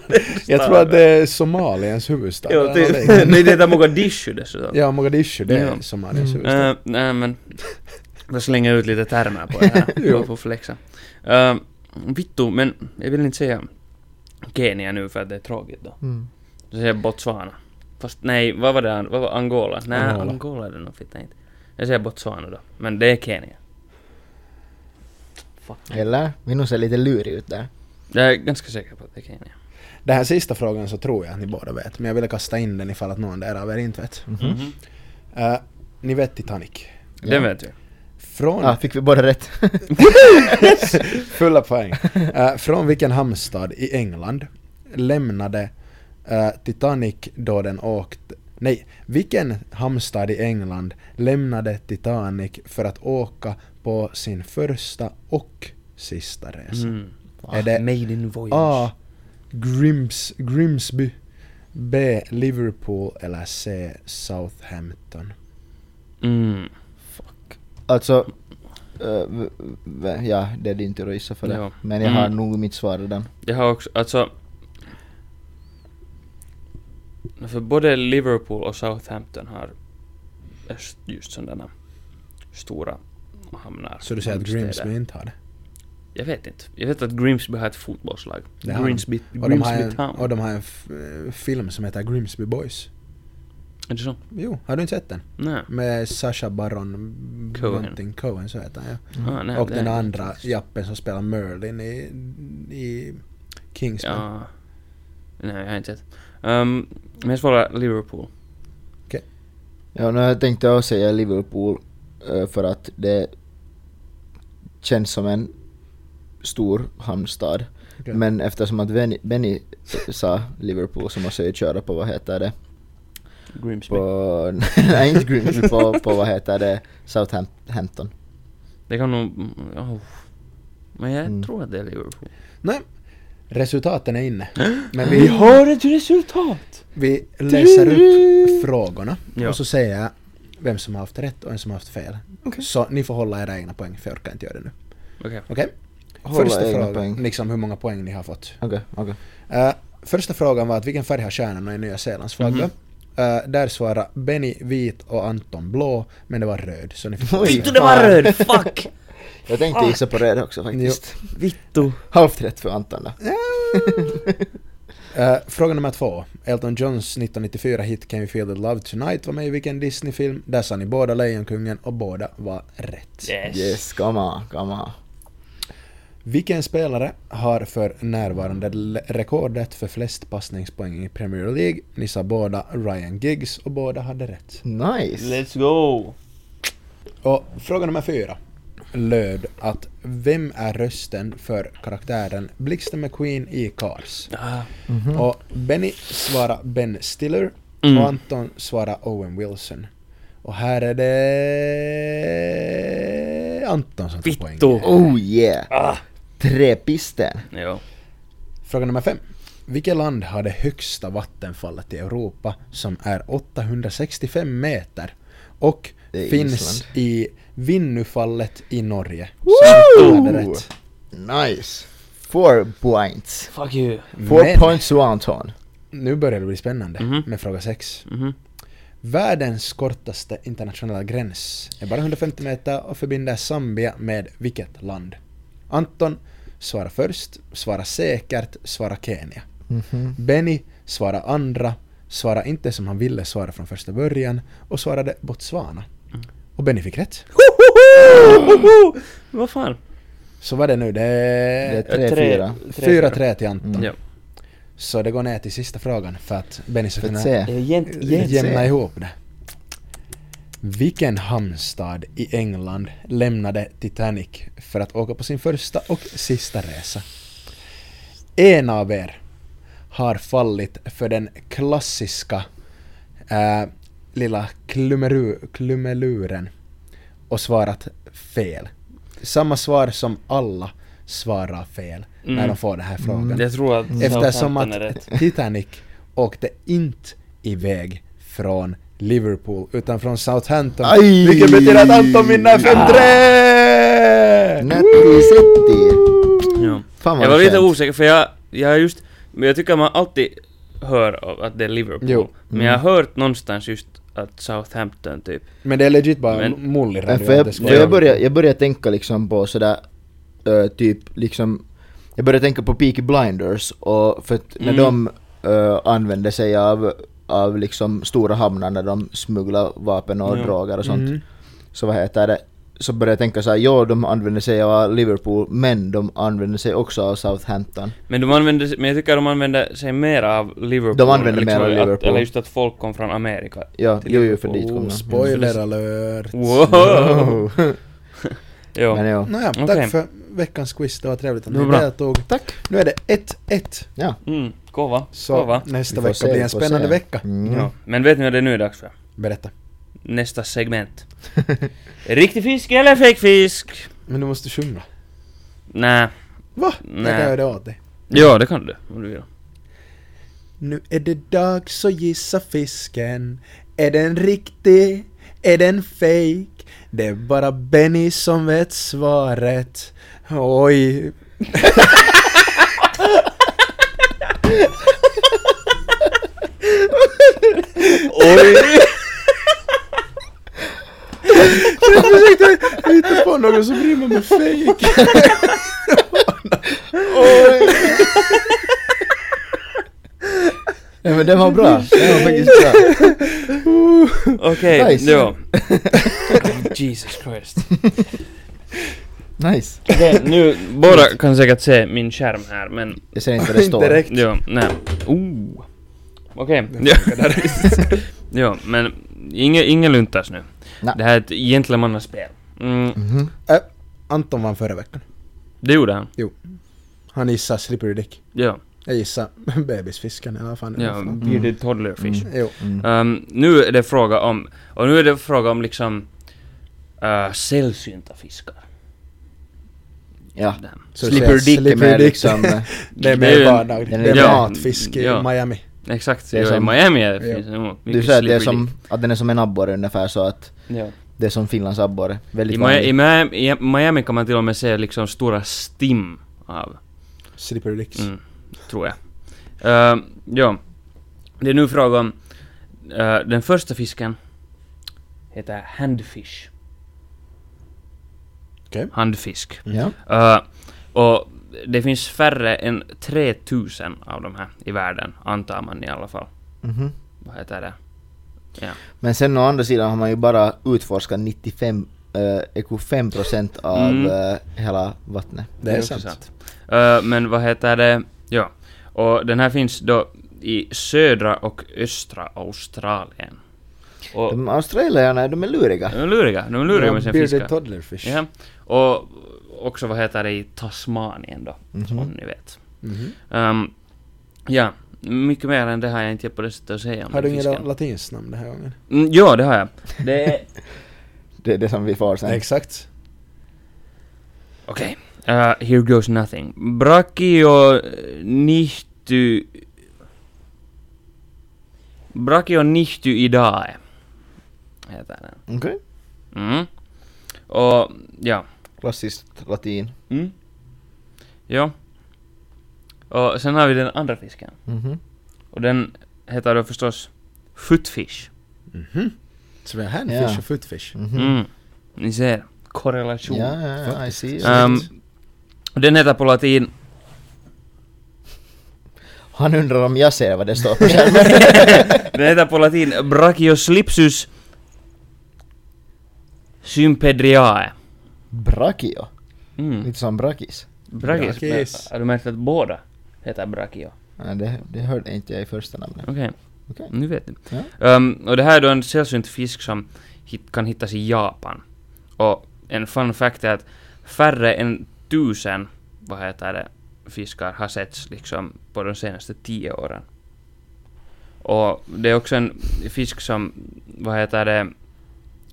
Jag tror att det är Somaliens huvudstad. Jo, Eller det- någonting. Nej, det heter Mogadishu dessutom. Ja, Mogadishu, det är Ja. Somaliens huvudstad. Eh, nej men... Jag slänger ut lite termer på det här. Jo. Jag får flexa. Eh, vittu, men jag vill inte säga Kenya nu för att det är tråkigt då. Mm. Så säger jag Botswana. Fast nej, vad var det? an- Vad var Angola? Nej, Angola. Angola, är det nog fitta inte. Jag säger Botswana då. Men det är Kenya. Fuck. Eller? Minus ser lite lurig ut där. Jag är ganska säker på att det är Kenya. Den här sista frågan så tror jag att ni båda vet, men jag ville kasta in den ifall att Mm. någon där av er inte vet. Eh, ni vet Titanic. Den vet vi. Från... Ah, fick vi båda rätt? Fulla poäng. Eh, från vilken hamnstad i England lämnade eh, Titanic då den åkte... Nej, vilken hamnstad i England lämnade Titanic för att åka på sin första och sista resa? Mm. Är det Ah. Maiden Voyage. A. Grims, Grimsby B. Liverpool eller C. Southampton Mm. Alltså, eh, v- v- ja det är din tur att gissa för det. Ja. Men jag har Mm. nog mitt svar redan. Jag har också, alltså... För både Liverpool och Southampton har öst- just sådana stora hamnar. Så du säger att städer. Grimsby inte har det? Jag vet inte. Jag vet att Grimsby har ett fotbollslag. Det har de. Grimsby, Och de har Grimsby en, Town. och de har en f- eh, film som heter Grimsby Boys Är det så? Jo, har du inte sett den? Nej. Med Sasha Baron Cohen. någonting, Cohen så heter han ja. Ah, nej Mm. Och det den är- andra jappen som spelar Merlin i, i Kingsman. Ja. Nej, jag har inte sett. Um, men jag svarar Liverpool. Ja, nu tänkte jag säga Liverpool eh, för att det känns som en stor hamnstad. Okej. Men eftersom att Benny, Benny sa Liverpool så måste jag ju köra på vad heter det? Grimsby. På, nej inte Grimsby, på, på vad heter det? Southampton. Det kan nog... mm, Oh. Men jag Mm. tror att det är Liverpool. Nej, resultaten är inne. Men vi, har ett resultat! vi läser upp frågorna Ja. och så säger jag vem som har haft rätt och vem som har haft fel. Så ni får hålla era egna poäng för jag orkar inte göra det nu. Okej. Okej? Hålla Första egna frågan, poäng. liksom hur många poäng ni har fått. Okej, okej. Eh, första frågan var att vilken färg har stjärnorna i Nya Zeelands flagga? Mhm. Eh, där svarade Benny vit och Anton blå, men det var röd. Så ni får Oj. se. Tyckte Tyckte det det var var röd, fuck! Jag tänkte gissa på röd också faktiskt. Vittu. Halvt rätt för Anton då. Eh, fråga nummer två. Elton Johns 1994 hit Can You Feel The Love Tonight var med i vilken Disney-film? Där sa ni båda Lejonkungen och båda var rätt. Yes. Yes, come on, come on. Vilken spelare har för närvarande le- rekordet för flest passningspoäng i Premier League? Ni sa båda Ryan Giggs och båda hade rätt. Nice. Let's go! Och fråga nummer fyra löd att vem är rösten för karaktären Blixten McQueen i Cars? Ah. Mm. Mhm. Och Benny svarar Ben Stiller Mm. och Anton svarar Owen Wilson. Och här är det Anton som tar Vittu. poäng. Oh yeah! Ah. Trepisten. Jo. Fråga nummer fem. Vilket land har det högsta vattenfallet i Europa som är 865 meter och Det är finns Island. i Vinnufallet i Norge? Så Anton hade Woo! rätt. Nice! Four points. Fuck you. Four Men- points to Anton. Nu börjar det bli spännande Mhm. med fråga sex. Mhm. Världens kortaste internationella gräns är bara 150 meter och förbinder Zambia med vilket land? Anton svarar först, svarar säkert, svarar Kenya. Mhm. Benny svarar andra, svarar inte som han ville svara från första början och svarade Botswana. Och Benny fick rätt. Mm. Vad fan? Så var det nu, det Det är Tre, Mm. fyra. fyra. 4-3 till Anton. Ja. Så det går ner till sista frågan för att Benny ska För kunna att se. Jämt, jämna ihop det. Vilken hamnstad i England lämnade Titanic för att åka på sin första och sista resa? En av er har fallit för den klassiska eh, lilla klumeru, klumeluren och svarat fel. Samma svar som alla svarar fel när Mm. de får den här frågan. Jag tror att Eftersom Southampton att Mm. är rätt. Titanic åkte inte iväg från Liverpool utan från Southampton. Aj! Vilket betyder att Anton vinner 5-3! Nätti setti. Ja. Fan vad Jag var lite skönt. osäker för jag, jag har just, men jag tycker man alltid hör av att det är Liverpool. Jo. Mm. Men jag har hört någonstans just att Southampton typ. Men det är legit bara Men- mollig Men radio. för att det jag, ska för vara- jag, började, jag började tänka liksom på sådär, eh, typ liksom, jag började tänka på Peaky Blinders och för att när Mm. de eh, använde sig av, av liksom stora hamnar när de smugglar vapen och Ja. droger och sånt. Mm. Så vad heter det? Så började jag tänka såhär, ja de använde sig av Liverpool men de använde sig också av Southampton. Men de använde, men jag tycker de använde sig mer av Liverpool. liksom, De använde mer av att- Liverpool. Eller just att folk kom från Amerika. Ja, till jo, jo för Liverpool. dit kom Oh, de. spoiler alert! Wow! Jo. Mm. Men ja. Nåja, Okej. tack för veckans quiz. Det var trevligt att Det ni var bra. deltog. Tack. Nu är det 1-1. Ja. Mm, kova. Så kova. Vi nästa får vecka se, blir vi en får spännande se. vecka. Mm. Ja. Men vet ni vad det nu är dags för? Berätta. Nästa segment. Riktig fisk eller fejkfisk? Men du måste sjunga. Nä. Va? Nej. Jag kan göra det åt dig. Ja, det kan du. Om du vill. Nu är det dags att gissa fisken. Är den riktig? Är den fake? Det är bara Benny som vet svaret. Oj. Oj! Jag försökte hitta på något som rimmar med fake. Nej men den var bra. Den var faktiskt bra. Okej, Nice. ja. Jesus Christ. Nice. Det, nu, båda kan säkert se min skärm här men, Jag ser inte vad det står. Direkt. ja, nej. Oh. Okej. Ja. ja, men inga, inga luntas nu. Nej. Det här är ett gentlemannaspel. Mm, Mhm. Anton vann förra veckan. det gjorde han. Han gissade Slippery Dick. Ja, Jag gissade bebisfisken eller vad fan det ja. var för något. Bearded toddler fish. Jo. Mm. Um, nu är det fråga om, och nu är det fråga om liksom uh, sällsynta fiskar. Ja. Så säger Slipper dick är Slippery mer Dick. liksom... eh, Det är Det är mer ju- vardagligt. den Det är- är Ja. matfisk i Ja. Miami. Exakt, Det är ja, i som- Miami är det Ja. finns det nog Du mycket sa att det är slippery som, dick. att den är som en abborre ungefär så att Ja. det är som Finlands abborre. I, Väldigt Miami, I vanligt. Miami, i Miami kan man till och med se liksom stora stim av, Slippery Dicks. mm, tror jag. Ehm, ja. Det är nu fråga om... eh, den första fisken heter handfish. Okej. Handfisk. Ja. Eh, och det finns färre än 3000 av de här i världen, antar man i alla fall. Mhm. Vad heter det? Men sen å andra sidan har man ju bara utforskat 95, eh, eku 5% av Mm. eh, hela vattnet. Det är också sant. Eh, men vad heter det? Ja. Och den här finns då i södra och östra Australien. Och De australierna, de är luriga. de är luriga, de är luriga med sina Bearded fiskar. toddlerfish. Ja. Och också vad heter det i Tasmanien då, som Mhm. ni vet. Mhm. Ehm, ja, mycket mer än det har jag inte på det sättet att säga om Har du den inget fisken. latinskt namn den här gången? Mm, ja, det har jag. Det är... Det är det som vi får sen. Exakt. Okej. Uh, here goes nothing. uh, Brachio nichty... Brachio idae. Heter den. Okej. Mm. Och, ja. Klassiskt latin. Mm. Ja. Och sen har vi den andra fisken. Mhm. Och den heter då förstås footfish. Mhm. Så vi har handfish Ja. och footfish. Mhm. Mm. Ni ser. Korrelation. Ja, ja, ja, I see. Ehm, och den heter på latin... Han undrar om jag ser vad det står på skärmen. Den heter på latin Brachioslipsus sympedriae. Brachio. Mm. Lite som brakis. Brachis. Brachis. Men Har du märkt att båda heter brachio? Nej, det, det hörde inte jag i första namnet. Okej, Okej. nu vet du. Ja. Ehm, och det här är då en sällsynt fisk som hit, kan hittas i Japan. Och en fun fact är att färre än tusen, vad heter det, fiskar har setts liksom på de senaste tio åren. Och det är också en fisk som, vad heter det,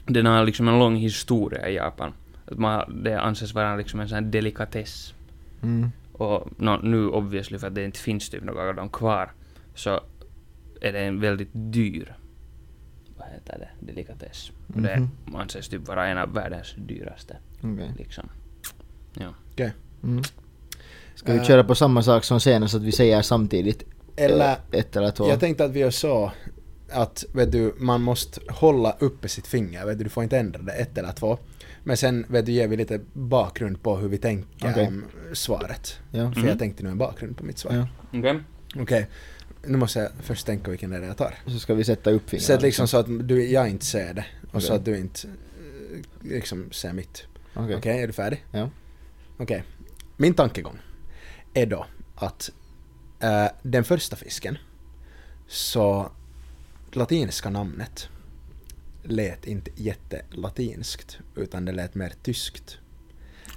den har liksom en lång historia i Japan. Att man, det anses vara liksom en sån här delikatess. Mm. Och nå nu obviously för att det inte finns typ några av dem kvar, så är det en väldigt dyr, vad heter det, delikatess. Och det Mhm. anses typ vara en av världens dyraste, Okej. liksom. Mm. Ska vi Eh, köra på samma sak som senast, att vi säger samtidigt? Eller, eh, ett eller två? jag tänkte att vi gör så att vet du, man måste hålla uppe sitt finger, vet du, du får inte ändra det ett eller två. Men sen vet du, ger vi lite bakgrund på hur vi tänker Okej. om svaret. ja. Mm. För Mm. jag tänkte nu en bakgrund på mitt svar. Ja. Okej? Okej, nu måste jag först tänka vilken är det jag tar. Så ska vi sätta upp fingrarna. Så att liksom så att du, jag inte ser det och så Okej. att du inte eh, liksom ser mitt. Okej. Okej, är du färdig? Ja. Okej. Min tankegång är då att eh, den första fisken, så latinska namnet lät inte jättelatinskt utan det lät mer tyskt.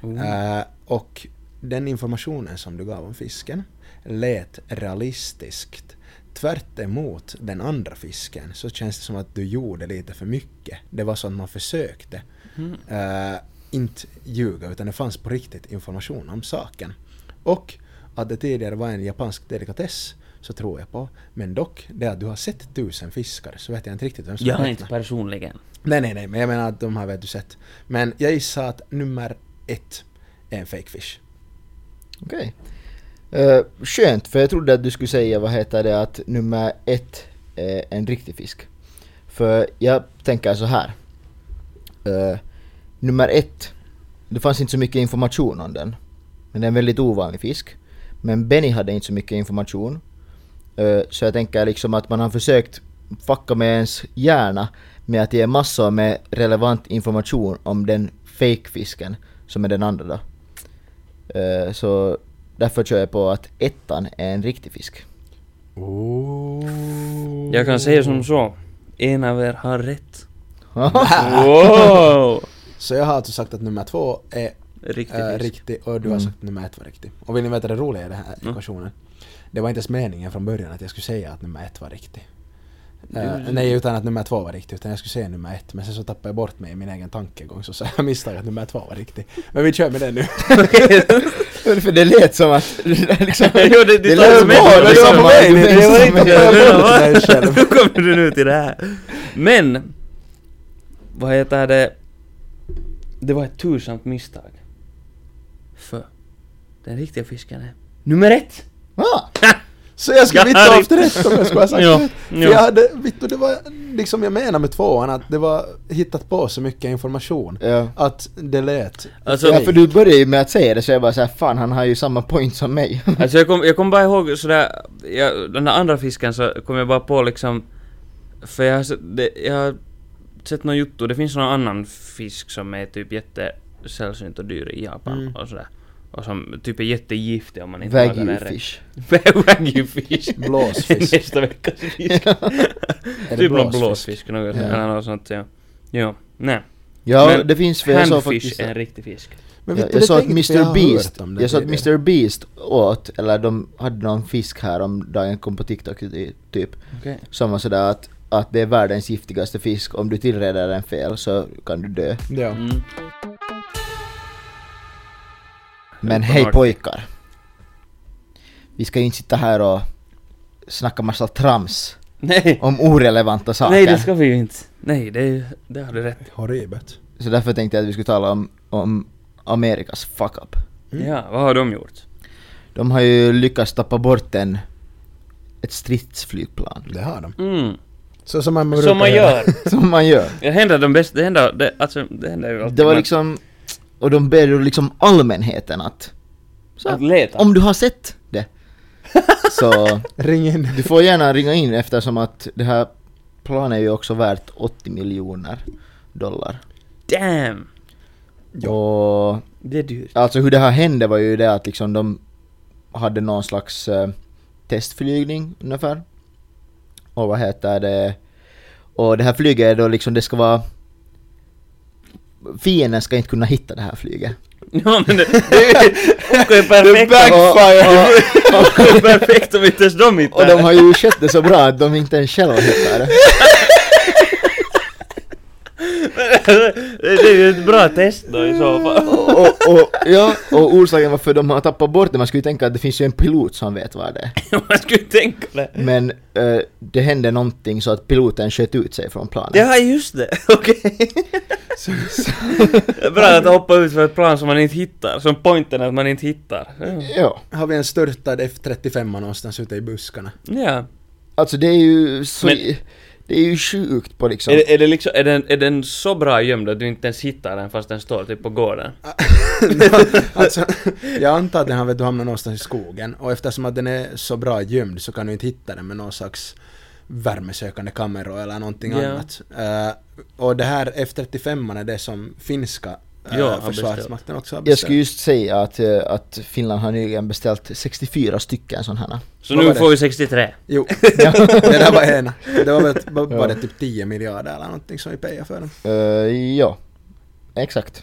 Äh, Mm. Eh, och den informationen som du gav om fisken lät realistiskt. Tvärt emot den andra fisken så känns det som att du gjorde lite för mycket. Det var så att man försökte Mm. eh, inte ljuga utan det fanns på riktigt information om saken. Och att det tidigare var en japansk delikatess så tror jag på. Men dock, det att du har sett tusen fiskar så vet jag inte riktigt vem som Jag har räknar. inte personligen. Nej, nej, nej, men jag menar att de här vet du sett. Men jag gissar att nummer ett är en fake fish. Okej. Eh, skönt, för jag trodde att du skulle säga vad heter det att nummer ett är en riktig fisk. För jag tänker så här. Eh, nummer ett, det fanns inte så mycket information om den. Men det är en väldigt ovanlig fisk. Men Benny hade inte så mycket information. Eh, så jag tänker liksom att man har försökt fucka med ens hjärna med att ge massor med relevant information om den fake-fisken som är den andra då. Eh, Så därför kör jag på att ettan är en riktig fisk. Oh. Jag kan säga som så. En av er har rätt. Mm. Wow! Så jag har alltså sagt att nummer två är Riktigt liksom. äh, fisk. riktig och du har Mm. sagt att nummer ett var riktig. Och vill ni veta det roliga i den här ekvationen? Det var inte ens meningen från början att jag skulle säga att nummer ett var riktig. Äh, nej, utan att nummer två var riktig. Utan jag skulle säga nummer ett. Men sen så tappade jag bort mig i min egen tankegång så sa jag misstag att nummer två var riktig. Men vi kör med det nu. För det lät som att... liksom, Jo, det- det tar det lät som en bra, gång, det liksom. var på väg dit. Det var inte- Men- Jag lugnar mig själv. Hur kommer du nu till det här? Men, vad heter det? Det var ett tursamt misstag. För den riktiga fisken är nummer ett! Ah, Så jag skulle Jag inte har ha haft inte- rätt om jag skulle ha sagt Ja, det. För ja. jag hade, vet du, det var liksom jag menar med tvåan att det var hittat på så mycket information ja. att det lät... Alltså, ja, för du började ju med att säga det så jag bara såhär fan han har ju samma point som mig. Alltså jag kom, jag kom bara ihåg sådär, jag, den där andra fisken så kom jag bara på liksom, för jag har, sett- det, jag har sett någon jotto, det finns någon annan fisk som är typ jättesällsynt och dyr i Japan Mm. och sådär. Och som typ är jättegiftig om man inte lagar Wagyu den rätt. fish. Wagyu fish. Blåsfisk. Nästa veckas fisk. Är det typ någon blåsfisk? blåsfisk något, Ja. eller något sånt ja. Ja, nej. Ja Men det finns för jag sa faktiskt... Handfish är en riktig fisk. Men jag, vet du, jag det sa att tänkte jag Mr har Beast, hört om det jag sa att tidigare. Mr Beast åt, eller de hade någon fisk här om dagen kom på TikTok i- typ. Okej. Som var sådär att, att det är världens giftigaste fisk, om du tillreder den fel så kan du dö. Ja. Mm. Men Utan hej art. pojkar. Vi ska ju inte sitta här och snacka massa trams Nej! om orelevanta saker. Nej det ska vi ju inte. Nej det, är ju- det har du rätt Horribelt. Så därför tänkte jag att vi skulle tala om, om Amerikas fuck-up. Mm. Ja, vad har de gjort? De har ju lyckats tappa bort en, ett stridsflygplan. Det har de. Mm. Så som man, brukar Som man gör. Som man gör. Det händer de bästa, det händer, det, alltså, det händer ju alltid. Det var men- liksom... Och de ber ju liksom allmänheten att... Att Så, leta. om du har sett det. Så... Ring in. Du får gärna ringa in eftersom att det här planet är ju också värt 80 miljoner dollar. Damn! Ja. Och Det är dyrt. alltså hur det här hände var ju det att liksom de hade någon slags eh, testflygning ungefär. Och vad heter det? Och det här flyget är då liksom, det ska vara... Fienden ska inte kunna hitta det här flyget. Ja men det, det är ju perfekt, det är ju perfekt om inte ens de hittar Och de har ju skött det så bra att de inte ens själva hittar det. det. Det är ju ett bra test då i så fall. och, och, ja, och orsaken varför de har tappat bort det, man skulle ju tänka att det finns ju en pilot som vet vad det är. Man skulle tänka det. Men eh, det hände någonting så att piloten sköt ut sig från planet. Ja just det, okej. Det är Bra att hoppa ut för ett plan som man inte hittar, som pointen är att man inte hittar. Ja. Ja, Har vi en störtad F35 någonstans ute i buskarna? Ja. alltså det är ju så... Men- det är ju sjukt på liksom... Är, det- är det liksom, är den, är den så bra gömd att du inte ens hittar den fast den står typ på gården? alltså, jag antar att den har vet du, hamnat någonstans i skogen och eftersom att den är så bra gömd så kan du inte hitta den med någon slags värmesökande kameror eller någonting Ja. annat. Eh, och det här F35 är det som finska eh, Ja, har försvarsmakten också har Jag skulle beställt. just säga att, eh, att Finland har nyligen beställt 64 stycken sådana här. Så Vad nu var det? får vi 63. Jo, det där var ena. Det var väl var, var Ja. det typ 10 miljarder eller någonting som vi pejade för den. Eh, ja, Eh, exakt.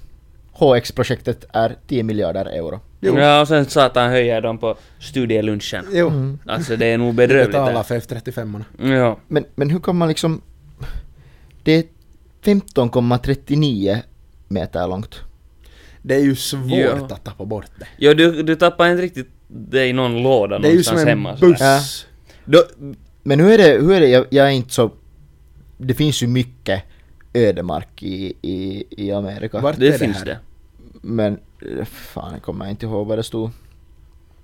HX-projektet är 10 miljarder euro. Jo. Ja, och sen satan höjer de på studielunchen. Jo. Mm. Alltså det är nog Vi bedrövligt. betalar där. för F35orna. Ja. Men, men hur kan man liksom... Det är 15,39 meter långt. Det är ju svårt Jo. att tappa bort det. Ja, du, du tappar inte riktigt det i någon låda Det är ju som någonstans en hemma. sådär. buss. Ja. Då, men hur är det, hur är det jag, jag är inte så... Det finns ju mycket ödemark i, i, i Amerika. Vart är Det det finns här? det. Men eh, fan, jag kommer inte ihåg vad det stod.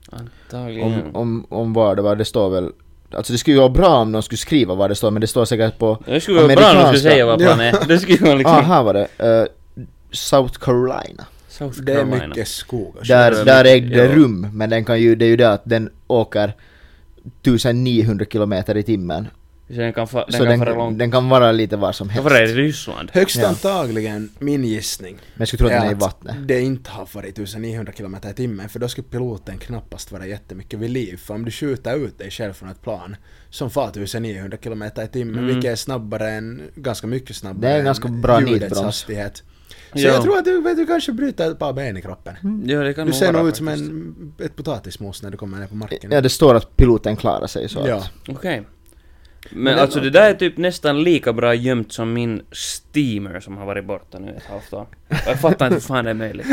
Antagligen. Om, om, om vad det var, det står väl... Alltså det skulle ju vara bra om någon skulle skriva vad det står, men det står säkert på... Det skulle vara bra om du skulle amerikanska. säga vad plan är. Det skulle vara liksom... Ah, här var det. Eh, South Carolina. South Det är Carolina. mycket skog och det är Där, där mycket, ägde det ja. rum, men den kan ju, det är ju det att den åker 1900 kilometer i timmen. Så den kan, fa- den så kan den, fara långt. den kan vara lite var som Den helst. kan fara i Ryssland. Högst Ja. antagligen, min gissning, Men jag skulle tro att den är i vattnet. att det inte har varit 1900 km i timmen för då skulle piloten knappast vara jättemycket vid liv. För om du skjuter ut dig själv från ett plan som far 1900 km i timmen, Mm. vilket är snabbare än, ganska mycket snabbare Det är än ganska bra ljudets nitbroms. hastighet. Så Ja. jag tror att du, vet, du kanske bryter ett par ben i kroppen. Ja, det kan Du nog ser vara nog ut som faktiskt. en, ett potatismos när du kommer ner på marken. Ja, det står att piloten klarar sig så Ja. att... Okej. Men, Men det- alltså det där är typ nästan lika bra gömt som min steamer som har varit borta nu ett halvt år. Och jag fattar inte hur fan det är möjligt.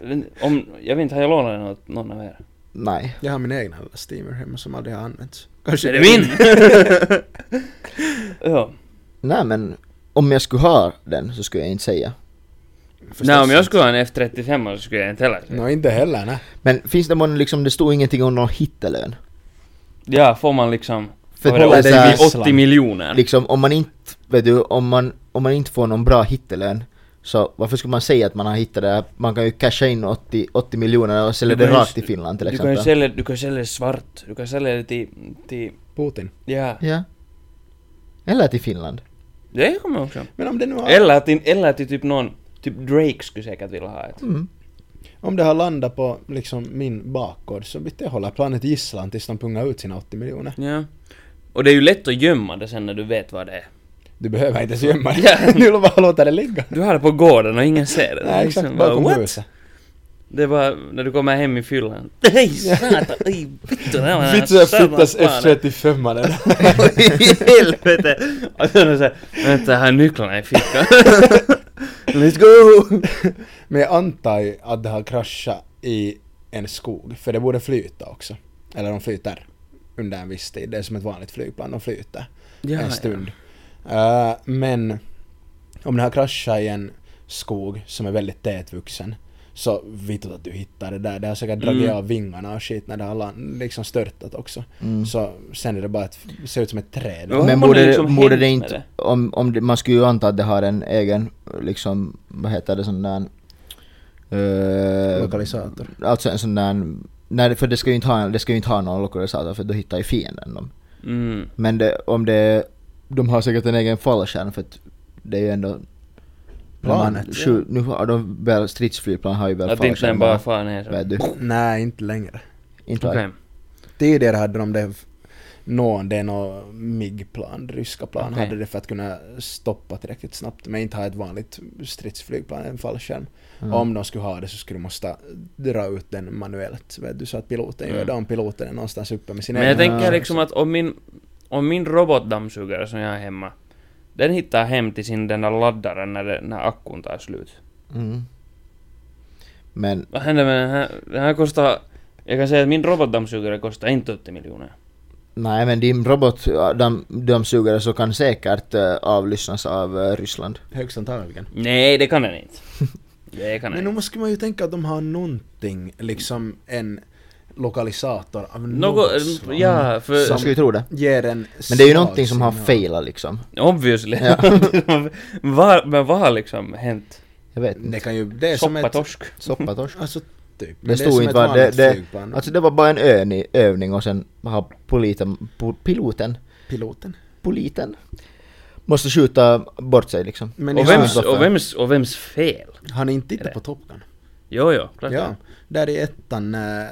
Den- Om, jag vet inte, har jag lånat den åt någon av er? Nej. Jag har min egna lilla steamer hemma som aldrig har använts. Kanske Är det min? ja. Nej men, om jag skulle ha den så skulle jag inte säga. Förstås Nej, om jag inte. skulle ha en F35 så skulle jag inte heller säga. Nå, inte heller nej. Men finns det månne liksom, det stod ingenting om någon hittelön? Ja, får man liksom... För vad var det det, är så här- 80 miljoner? Liksom om man inte, vet du, om man, om man inte får någon bra hittelön så varför skulle man säga att man har hittat det? här? Man kan ju casha in 80, 80 miljoner och sälja Du det kan ju rakt s- till Finland till Du kan ju exempel. sälja, du kan sälja det svart. Du kan sälja det till... till Putin. ja. Ja. Eller till Finland. Det kommer också. Men om det nu har, Eller till, eller till typ någon... Typ Drake skulle säkert vilja ha ett. Mm. om det har landat på liksom min bakgård så vitt jag håller planet gisslan tills de pungar ut sina 80 miljoner. Ja. Och det är ju lätt att gömma det sen när du vet vad det är. Du behöver inte ens gömma Ja. det. Du vill bara låta det ligga. Du har det på gården och ingen ser det. Nej, Liksom exakt. bara, Bakom what? huset. Det var när du kommer hem i fyllan. Nej, satan! Oj, vittu! det här var Vitsen samma fittas plan. F35 där. I helvete! Och sen är det såhär, vänta, jag har nycklarna i fickan. Let's go! Men jag antar ju att det har kraschat i en skog, för det borde flyta också. Eller de flyter under en viss tid. Det är som ett vanligt flygplan, de flyter. Ja, en ja. stund. Eh, men om den har kraschat i en skog som är väldigt tätvuxen så vet du att du hittar det där. Det har säkert dragit Mm. av vingarna och shit när det har land- liksom störtat också. Mm. Så sen är det bara ett, ser ut som ett träd. Ja. Vad har Men man borde, liksom borde hänt det med inte, det? om, om det, man skulle ju anta att det har en egen, liksom, vad heter det, sån där... Mm. eh, Lokalisator. Alltså en sån där, nej för det ska ju inte ha, det ska ju inte ha någon lokalisator för då hittar ju fienden dem. Mm. Men det, om det, de har säkert en egen fallskärm för att det är ju ändå... när man Planet, skju- Nu har de väl, stridsflygplan har ju väl Att inte den bara far ner. så. Vet du, Nej, inte längre. inte Okej. Tidigare hade de det någon, det är någon MIG-plan, ryska plan, Okej. hade det för att kunna stoppa tillräckligt snabbt men inte ha ett vanligt stridsflygplan, en fallskärm. Mm. Om de skulle ha det så skulle de måste dra ut den manuellt, vet du, så att piloten gör Mm. det om piloten är någonstans uppe med sin Men jag egen- tänker liksom att om min, om min robotdammsugare som jag har hemma, den hittar hem till sin den där laddaren när, det, när akkun tar slut. Mm. Men, Vad händer med den här? Den här kostar... Jag kan säga att min robotdammsugare kostar inte 80 miljoner. nej men din robotdammsugare så kan säkert eh, avlyssnas av eh, Ryssland. Högst antagligen. Nej, det kan den inte. Det kan den Men då inte. måste man ju tänka att de har någonting, liksom en lokalisator av Något... något slag. Ja, för... Jag skulle ju tro det. Ger en Men det är ju svag någonting som har signal. failat liksom. Obviously. Ja. vad, men vad har liksom hänt? Jag vet Det inte. kan ju, det är som ett... Soppatorsk? Soppatorsk. Alltså, typ. Det stod inte vad- det- det- flygplan. Alltså det var bara en övning, övning och sen har politen, po- piloten, piloten. politen måste skjuta bort sig liksom. Men Och jag- vems, och, vems, och vems fel? Har ni inte Är det? tittat på Top Gun? Jo, jo, klart Ja, där i ettan när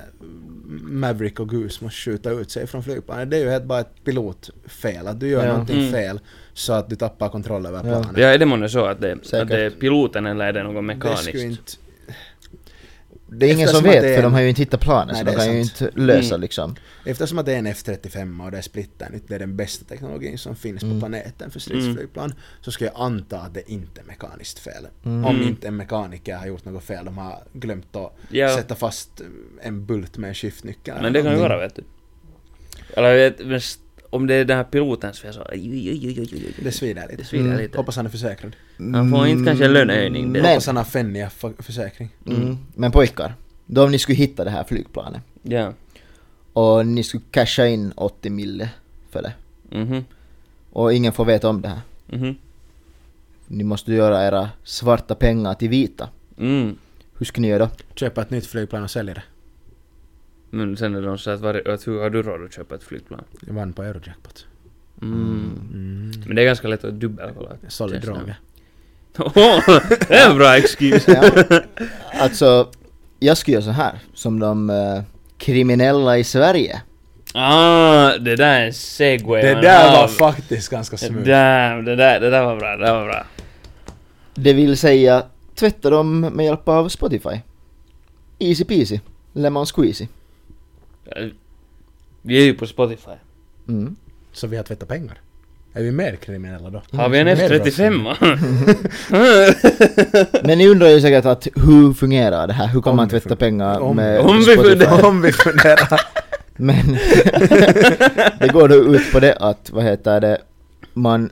Maverick och Goose måste skjuta ut sig från flygplanet. Det är ju helt bara ett pilotfel, att du gör Ja. någonting Mm. fel så att du tappar kontroll över Ja. planet. det. Ja, är det månne så att det, att Säkert. det är piloten eller är det någon det skulle mekaniskt? inte... Det är ingen Eftersom som vet att det är för de en- har ju inte hittat planen Nej, så det de är kan ju sant. inte lösa Mm. liksom. Eftersom att det är en F-35 och det är splittern, det är den bästa teknologin som finns på Mm. planeten för stridsflygplan, så skulle jag anta att det inte är mekaniskt fel. Mm. Om Mm. Mm. inte en mekaniker har gjort något fel, de har glömt att Ja, sätta fast en bult med en skiftnyckel. eller men det kan ju någonting. vara vet du. Eller jag vet, men st- om det är den här pilotens fel så... Aj, aj, aj, aj, aj, aj, aj. Det svider lite. Det svider Mm. lite. Hoppas han är försäkrad. Han får inte kanske en lönehöjning direkt. Men, Hoppas han har fenniga fa- försäkring. mm. men pojkar, då om ni skulle hitta det här flygplanet Ja. och ni skulle casha in 80 mille för det Mhm. och ingen får veta om det här. Mhm. Ni måste göra era svarta pengar till vita. Mm. Hur skulle ni göra då? Köpa ett nytt flygplan och sälja det. Men sen är de så att, var, att hur har du råd att köpa ett flygplan? Jag vann på Eurojackpot. Mm. Mm. Men det är ganska lätt att dubbelkolla. Solid Det är drag. Åh, det är en bra excuse! Ja. Alltså, jag skulle göra så här som de eh, kriminella i Sverige. Ah, det där är en segway. Det man där var har. faktiskt ganska smooth. Damn, det där, det där var bra, det där var bra. Det vill säga tvätta dem med hjälp av Spotify. Easy peasy. Lemon squeezy. Eh, Vi är ju på Spotify. Mm. Så vi har tvättat pengar. Är vi mer kriminella då? Mm. Har vi en Mer F35? Men ni undrar ju säkert att hur fungerar det här? Hur kan Om man vi tvätta fun- pengar om- med om vi Spotify? funderar. Om vi funderar. Men det går då ut på det att, vad heter det, man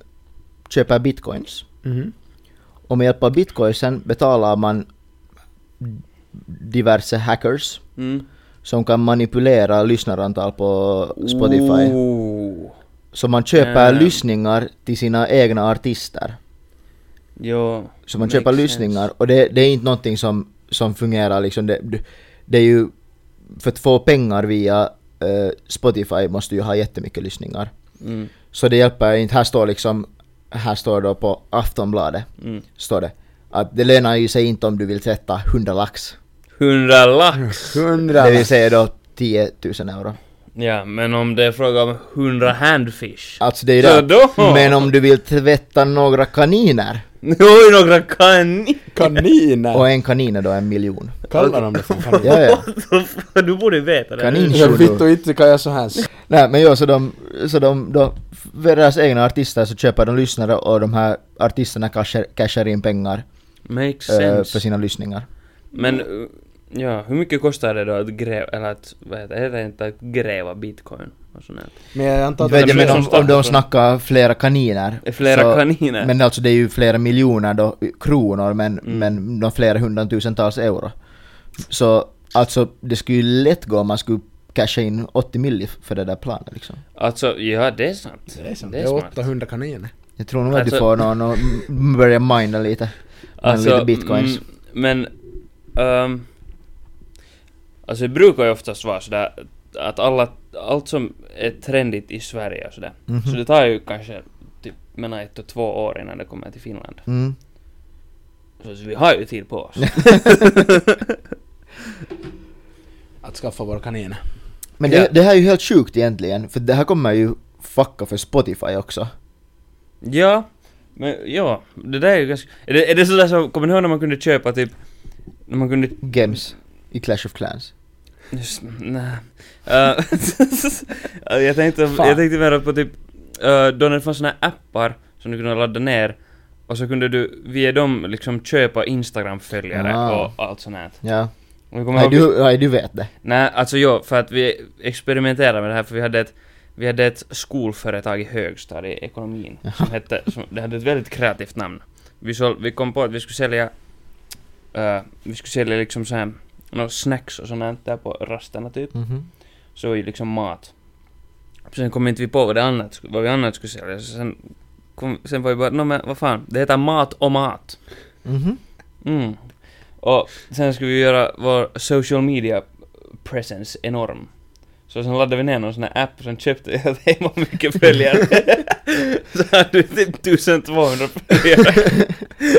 köper bitcoins Mhm. och med hjälp av bitcoinsen betalar man diverse hackers Mm. som kan manipulera lyssnarantal på Spotify. Ooh. Så man köper Damn. lyssningar till sina egna artister. Jo. Så man Makes köper sense. lyssningar och det, det är inte någonting som, som fungerar liksom. Det, det- det är ju, för att få pengar via eh, Spotify måste ju ha jättemycket lyssningar. Mm. Så det hjälper inte. Här står liksom, här står då på Aftonbladet, Mm. står det. Att det lönar ju sig inte om du vill tvätta 100 lax. 100 lax! Hundra. Det vill säga då 10 000 euro. Ja, men om det är fråga om 100 handfish. Alltså det är ju Så det. då? Men om du vill tvätta några kaniner, Nu har vi några kanin... Kaniner! och en kanin är då en miljon. Kallar de det för kaniner? Ja, ja. Du borde veta det. Kanin. Jag vitt och inte kan jag så här. Nej men ja, så de, så de då, för deras egna artister så köper de lyssnare och de här artisterna cashar, cashar in pengar Makes eh, sense. för sina lyssningar. Men uh, ja, hur mycket kostar det då att gräva, eller att, vad heter det, heter det, inte att gräva bitcoin och sånt där? Men jag antar att Vet de jag, men som om, startar om de så- snackar flera kaniner. Det är Flera så- kaniner? Men alltså det är ju flera miljoner då, kronor men, Mm. men de flera hundratusentals euro. Så alltså det skulle ju lätt gå om man skulle casha in 80 miljoner för det där planet liksom. Alltså, ja det är sant. Det är sant. Det är smart. 800 kaniner. Jag tror nog att Alltså- du får någon och m- börja mina lite. Alltså, lite bitcoins. mm, men... ehm, alltså det brukar ju oftast vara sådär att alla, allt som är trendigt i Sverige och sådär. Mhm. Så det tar ju kanske typ mellan ett och två år innan det kommer till Finland. Mm. Så vi har ju tid på oss. Att skaffa våra kaniner. Men det, Ja. det här är ju helt sjukt egentligen, för det här kommer ju fucka för Spotify också. Ja, men ja, det där är ju ganska... Är det, är det sådär som, kommer ni ihåg när man kunde köpa typ... När man kunde... Games i Clash of Clans. Just, nej. Eh, jag, tänkte, Fan. jag tänkte mer på typ... eh, då när det fanns såna här appar som du kunde ladda ner och så kunde du via dem liksom köpa Instagram-följare Ah. och allt sånt här. Ja. Och jag kommer Nej ihåg- du, nej, du vet det. Nej, alltså jo, för att vi experimenterade med det här för vi hade ett, vi hade ett skolföretag i högstadiet, ekonomin, som hette, som, det hade ett väldigt kreativt namn. Vi, sål, vi kom på att vi skulle sälja, eh, vi skulle sälja liksom så här, några snacks och sånt här där på rasterna typ. Mhm. Så var ju liksom mat. Sen kom inte vi på vad, det annat, sk- vad vi annat skulle sälja, så sen, kom, sen var vi bara, nå men vad fan, det heter mat och mat. Mhm. Mm. Och sen skulle vi göra vår social media presence enorm. Så sen laddade vi ner någon sån här app och sen köpte jag att hemma mycket följare. så hade du typ 1200 följare.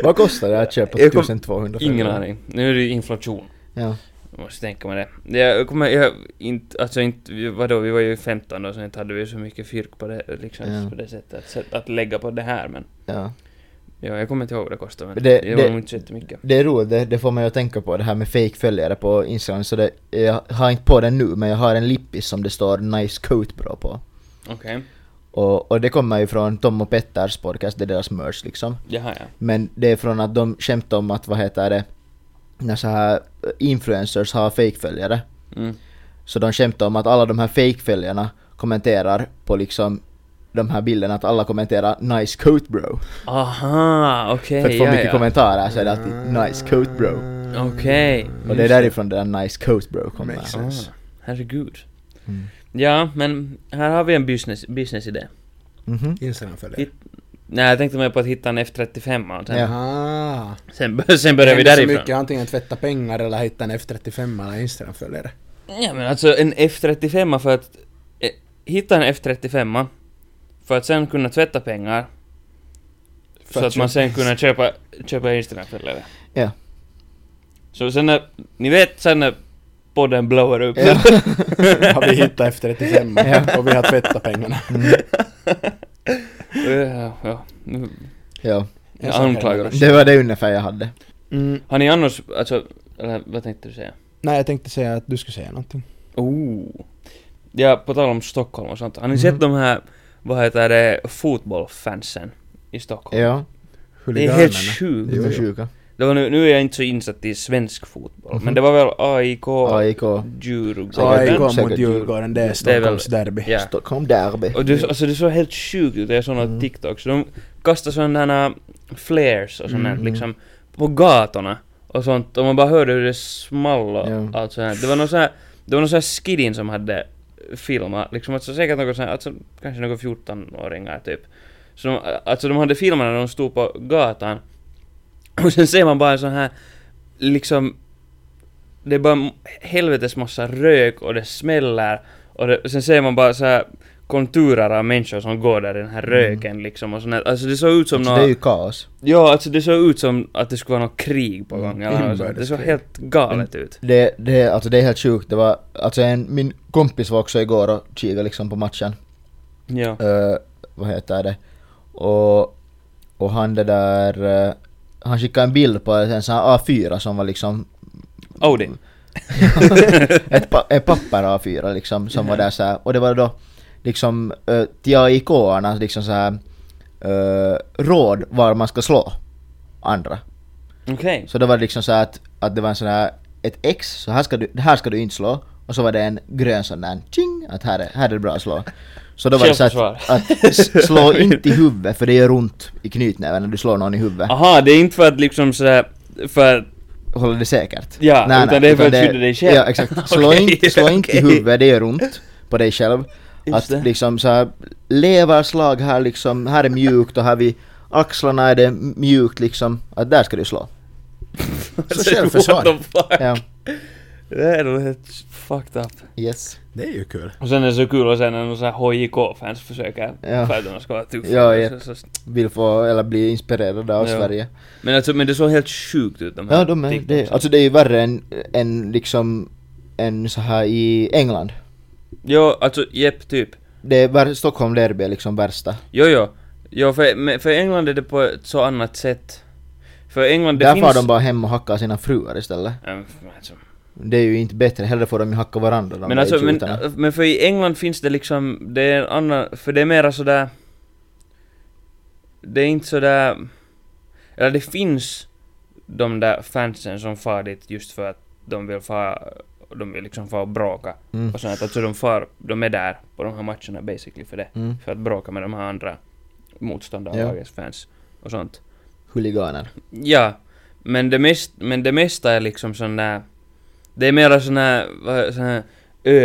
Vad kostar det att köpa Jag kom- 1200 Ingen följare? aning. Nu är det ju inflation. Ja. Jag måste tänka med det. Jag kommer jag, inte, alltså inte, vadå, vi var ju 15 då, så inte hade vi ju så mycket fyrk på det, liksom, Ja. på det sättet, att, sätt- att lägga på det här, men ja. ja, jag kommer inte ihåg vad det kostade, men Det- det, var det- nog inte så jättemycket. Det är roligt, det, det får mig att tänka på det här med fake följare på Instagram. Så det, jag har inte på den nu, men jag har en lippis som det står 'Nice coat bra' på. Okej, Och, och det kommer ju från Tom och Petters podcast, det är deras merch liksom. jaha ja. Men det är från att de skämtar om att, vad heter det, när så här eh, influencers har fake-följare. Mm. Så de skämtar om att alla de här fake-följarna kommenterar på liksom de här bilderna, att alla kommenterar 'Nice coat bro' Aha, okej, För att få ja, mycket ja. kommentarer så är det alltid 'Nice coat bro' Okej. Och det är därifrån det där 'Nice coat bro' kommer. Makes Ah, sense. herregud. Mm. Ja, men här har vi en business, business-idé. Mhm. Instagram för det. Hit- Nej, jag tänkte mer på att hitta en F35 och sen, Ja. Jaha. sen, bör- sen börjar vi Ah. Händer så därifrån. mycket, antingen tvätta pengar eller hitta en F35 eller Instagram-följare. Ja men alltså en F35 för att eh, hitta en F35 för att sen kunna tvätta pengar För så att att man köpa sen kunna köpa, köpa Instagram-följare. Ja. Så sen när, ni vet sen när podden blowar upp. Ja. Har vi hittat F35 Ja. och vi har tvättat pengarna. ja, ja. Nu- ja. En Jag sak är anklagar oss. Det var det ungefär jag hade. Mm, Har ni annars, alltså, eller vad tänkte du säga? nej, jag tänkte säga att du skulle säga någonting. Oh. Ja, på tal om Stockholm och sånt. Har ni Mhm. sett de här, vad heter det, fotbollfansen i Stockholm? Ja, Det är helt Huliganerna. sjukt. vi var Jo, jo. sjuka. Det var nu, nu är jag inte så insatt i svensk fotboll, Mhm. men det var väl AIK, AIK. Djurgården? AIK mot Säkert Djurgården, det är Det är väl- Stockholms derby. Ja. Stockholm derby. Och det, alltså det såg helt sjukt ut, jag såg några Mm. TikToks. De kastar sådana flares och sånt där, Mm. liksom på gatorna och sånt och man bara hörde hur det small och Ja. allt sånt här. Det var någon sån här, det var någon sån här skidin som hade filmat, liksom alltså säkert någon sån här, alltså kanske några 14-åringar typ. Så de, alltså de hade filmat när de stod på gatan och sen ser man bara en sån här liksom det är bara en helvetes massa rök och det smäller och det, sen ser man bara så här konturer av människor som går där i den här röken liksom och sånt här. Alltså det såg ut som Mm. Alltså, några... det är ju kaos. Ja, alltså det såg ut som att det skulle vara något krig Mm. på gång eller något sånt. Det såg Inbördeskrig. helt galet ut. Det, det, alltså det är helt sjukt. Det var, alltså en, min kompis var också igår och kikade liksom på matchen. Ja. Eh, vad heter det? Och, och han det där... eh, han skickade en bild på en sån här A4 som var liksom... Audi. ett, pa, ett papper A4 liksom som var där så här. Och det var då liksom uh, till AIK-arna liksom så här eh, råd var man ska slå andra. Okej. Så då var det liksom så här att, att det var en sån här, ett X, så här ska du, det här ska du inte slå. Och så var det en grön sån där, tjing, att här är, här är det bra att slå. Så då var det så att, Självförsvar. att s- slå inte i huvudet för det gör ont i knytnäven när du slår någon i huvudet. Aha, det är inte för att liksom sådär... För att... Håller det säkert. Ja, utan det är för att skydda dig själv. Ja, exakt. Slå Okej, inte, slå inte i okej. huvudet, det gör ont på dig själv. Just Att det. liksom så här, leverslag här liksom, här är mjukt och här vid axlarna är det mjukt liksom. Att där ska du slå. Så självförsvar. What the fuck? Ja. Det är nog helt fucked up. Yes. Det är ju kul. Och sen är det så kul och sen när några såhär HJK-fans försöker Ja. för att de ska vara tuffa. Ja, ja. Så, så. vill få eller bli inspirerade av Ja. Sverige. Men alltså, men det såg helt sjukt ut de här Ja, de är, det, TikToksen. alltså det är ju värre än, än liksom, än så här i England. Ja, alltså, jepp, typ. Det är vär, Stockholm derby är liksom värsta. Jo, jo. Jo, för, men för England är det på ett så annat sätt. För England, det Där finns... far de bara hem och hackar sina fruar istället. Ähm, alltså. Det är ju inte bättre, hellre får de ju hacka varandra de Men där alltså, men, idioterna. men för i England finns det liksom, det är en annan, för det är mera sådär... Det är inte sådär... Eller det finns de där fansen som far dit just för att de vill fara, de vill liksom fara och bråka Mm. och sånt. Alltså de far, de är där på de här matcherna basically för det. Mm. För att bråka med de här andra motståndarlagets fans och sånt. Huliganer. Ja, men det, mest, men det mesta är liksom sån där... Det är mera sån här, vad- sån här Mm.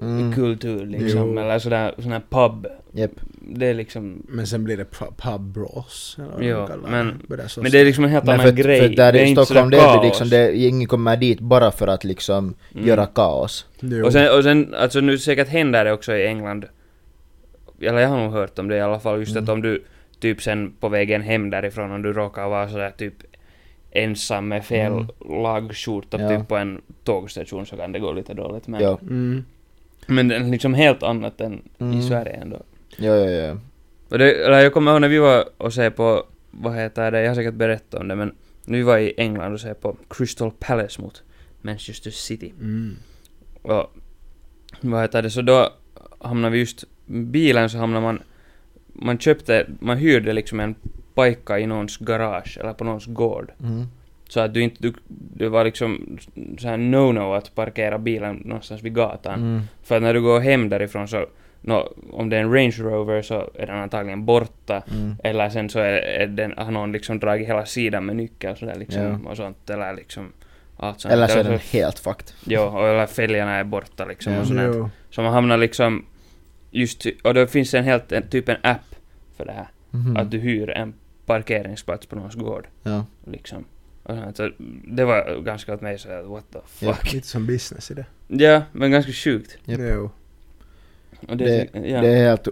ölkultur liksom, Jo. eller sån här, sån här pub. Japp. Det är liksom... Men sen blir det pu- pub brawls. eller vad Ja, de kallar men- det. Börjar slåss. Men det är liksom en helt Men annan för, grej. för där i inte Stockholm sådär derby kaos. liksom, det, är- ingen kommer dit bara för att liksom Mm. göra kaos. Jo. Och sen, och sen, alltså nu säkert händer det också i England. Eller jag har nog hört om det i alla fall, just Mm. att om du typ sen på vägen hem därifrån, om du råkar vara sådär typ ensam med fel Mm. lagskjorta Ja. typ på en tågstation så kan det gå lite dåligt. Men, Ja, Mm. men det är liksom helt annat än i Mm. Sverige ändå. ja, ja, ja. Och det, eller jag kommer ihåg när vi var och såg på, vad heter det, jag har säkert berättat om det men när vi var i England och såg på Crystal Palace mot Manchester City. Mm. Och vad heter det, så då hamnade vi just, bilen så hamnade man, man köpte, man hyrde liksom en pajka i någons garage eller på någons gård. Mm. Så att du inte, du, det var liksom så här no-no att parkera bilen någonstans vid gatan. Mm. För att när du går hem därifrån så, nå, om det är en Range Rover så är den antagligen borta. Mm. Eller sen så är, är den, har någon liksom dragit hela sidan med nyckel sådär liksom Ja. och sånt. Eller liksom allt sånt. Eller så är den helt fucked. Jo, och eller fälgarna är borta liksom Ja. och sånt. där. Så man hamnar liksom just, och då finns det en helt, en, typ en app för det här. Mhm. Att du hyr en parkeringsplats på någons gård Ja. liksom. Och sånt. Så det var ganska åt mig såhär what the Ja. fuck. Lite som business i det. Ja, men ganska sjukt. Japp. Jo. Och det, Det, ja. det är helt...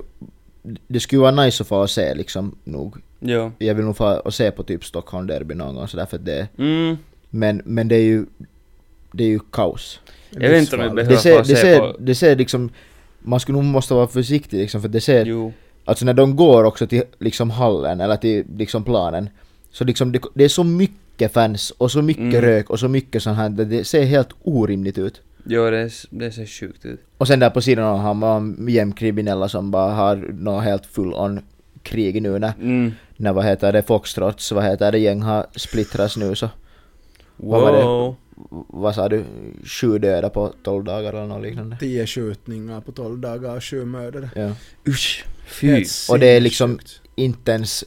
Det skulle vara nice att få och se liksom nog. Jo. Jag vill nog få och se på typ Stockholm Derby någon gång sådär för att det... Mm. Men, men det är ju... Det är ju kaos. Jag vet inte om jag Livsfarligt. behöver det ser, få det, se ser, på... det ser liksom... Man skulle nog måste vara försiktig liksom, för det ser... Jo. Alltså när de går också till liksom hallen, eller till liksom planen, så liksom det, det är så mycket fans och så mycket Mm. rök och så mycket sånt här, det, det ser helt orimligt ut. Jo, det, s- det ser sjukt ut. Och sen där på sidan av han var jämnkriminella som bara har något helt full on krig nu när, Mm. när vad heter det, Foxtrots, vad heter det, gäng har splittrats nu så, Vad var det? Wow. vad sa du, sju döda på 12 dagar eller något liknande. Tio skjutningar på tolv dagar och sju mördare. Ja. Usch. Fy. Helt Och det är sinnessjukt. liksom- inte ens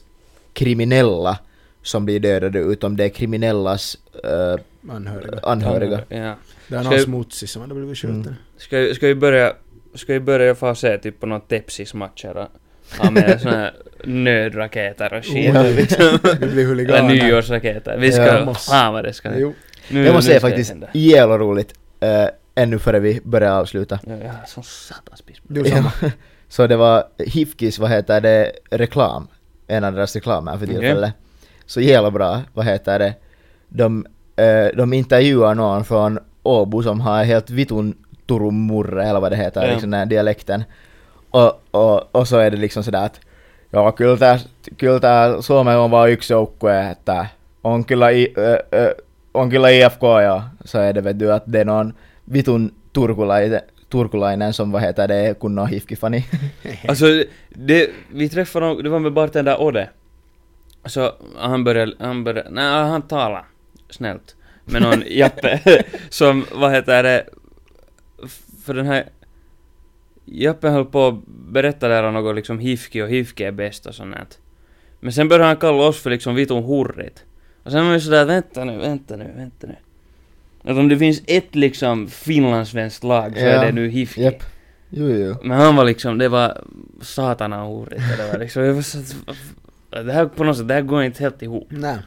kriminella som blir dödade utan det är kriminellas eh, Anhöriga. anhöriga. Ja. Det är Ska någon jag- smutsig som hade blivit skjuten. Mm. Ska, vi- ska vi börja... Ska vi börja få se typ på någon Tepsis-matcher och ha med såna här nödraketer och Oh, det- skit liksom. Vi blir Eller huliganer. nyårsraketer. Vi ska... Ja. Fan vad det ska... Nu, Jo. nu Det måste säga ska faktiskt hända. jävla roligt eh, ännu före vi började avsluta. Ja, jag har sån satans piss. Du samma. Så det var Hifkis, vad heter det, reklam. En av deras reklamer för Okej. tillfället. Så jävla bra, vad heter det. De, eh, de intervjuar någon från Åbo som har helt vitun turumurre eller vad det heter, Ja. liksom den här dialekten. Och, och, och så är det liksom sådär att Joo, kyllä tää, kyllä tää Suomen on vaan yksi joukkue, että on kyllä, I, ö, ö, on kyllä IFK ja så är det vet du att den on vitun turkulainen, turkulainen som vad heter det, kun on hifkifani. Alltså, det, vi träffade någon, det var med bartender Odde. Så han började, han började, nej han talade snällt med någon Jappe som, vad heter det, f- för den här Jappe höll på att berätta där om något liksom hifki och hifki är bäst och sånt där. Men sen började han kalla oss för liksom vitun hurrit. Och sen var vi sådär, vänta nu, vänta nu, vänta nu. Att om det finns ett liksom finlandssvenskt lag så Ja. är det nu hifki. Japp. Jo, jo. Men han var liksom, det var satana ordet det var liksom, jag var så, att- det här på något sätt, det här går inte helt ihop. Nej.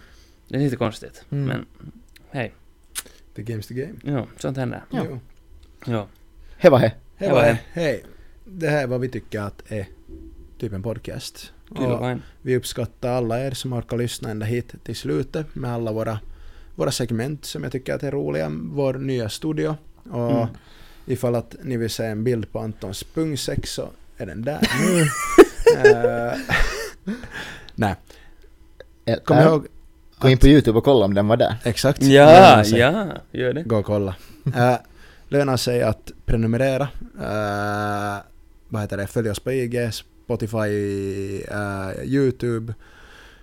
Det är lite konstigt, Mm. men The game's the game. ja, sånt händer. Ja. Jo. Ja. He var he. Hej, Det var det. hej. hej. Det här är vad vi tycker att är typ en podcast. Kul Och vain. vi uppskattar alla er som orkar lyssna ända hit till slutet med alla våra, våra segment som jag tycker att är roliga. Vår nya studio. Och Mm. ifall att ni vill se en bild på Antons pungsex så är den där nu. Mm. Eh, Nej, Eh, kom äh, ihåg. Gå in på Youtube och kolla om den var där. Exakt. Ja, ja, gör det. Gå och kolla. Uh, lönar sig att prenumerera. Eh, vad heter det? Följ oss på IG, Spotify, eh, YouTube,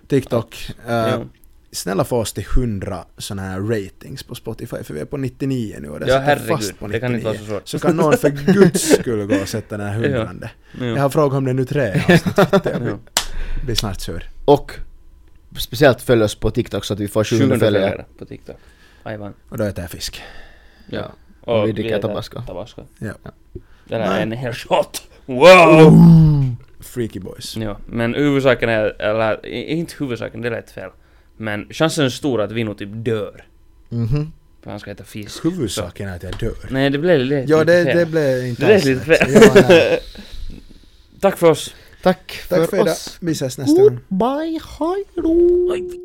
TikTok. Eh, Ja. Snälla få oss till 100 sådana här ratings på Spotify för vi är på 99 nu och det Ja, sitter fast herregud, på 99. det kan inte vara så svårt. Så kan någon för guds skull gå och sätta den här Ja. hundrade. Jag Ja. har frågat om det nu tre avsnitt. Jag blir- Ja. blir snart sur. Och speciellt följ oss på TikTok så att vi får 700 700 följare. följare på TikTok. Aivan. Och då äter jag fisk. Ja. Och vi dricker äter tabasco. Tabasco. Ja. Det där Nej. är en hel shot. Wow! Freaky boys. Ja, men huvudsaken är, eller i- inte huvudsaken, det lät fel. Men chansen är stor att Vino typ dör. Mhm. För han ska äta fisk. Huvudsaken är att jag dör. Nej, det blev lite Ja, det, lite fel. det blev inte Det lät alls lite rätt. fel. Ja, nej. Tack för oss. Tack för, Tack för idag. oss. Vi ses nästa gång. Goodbye, hej då! Oj.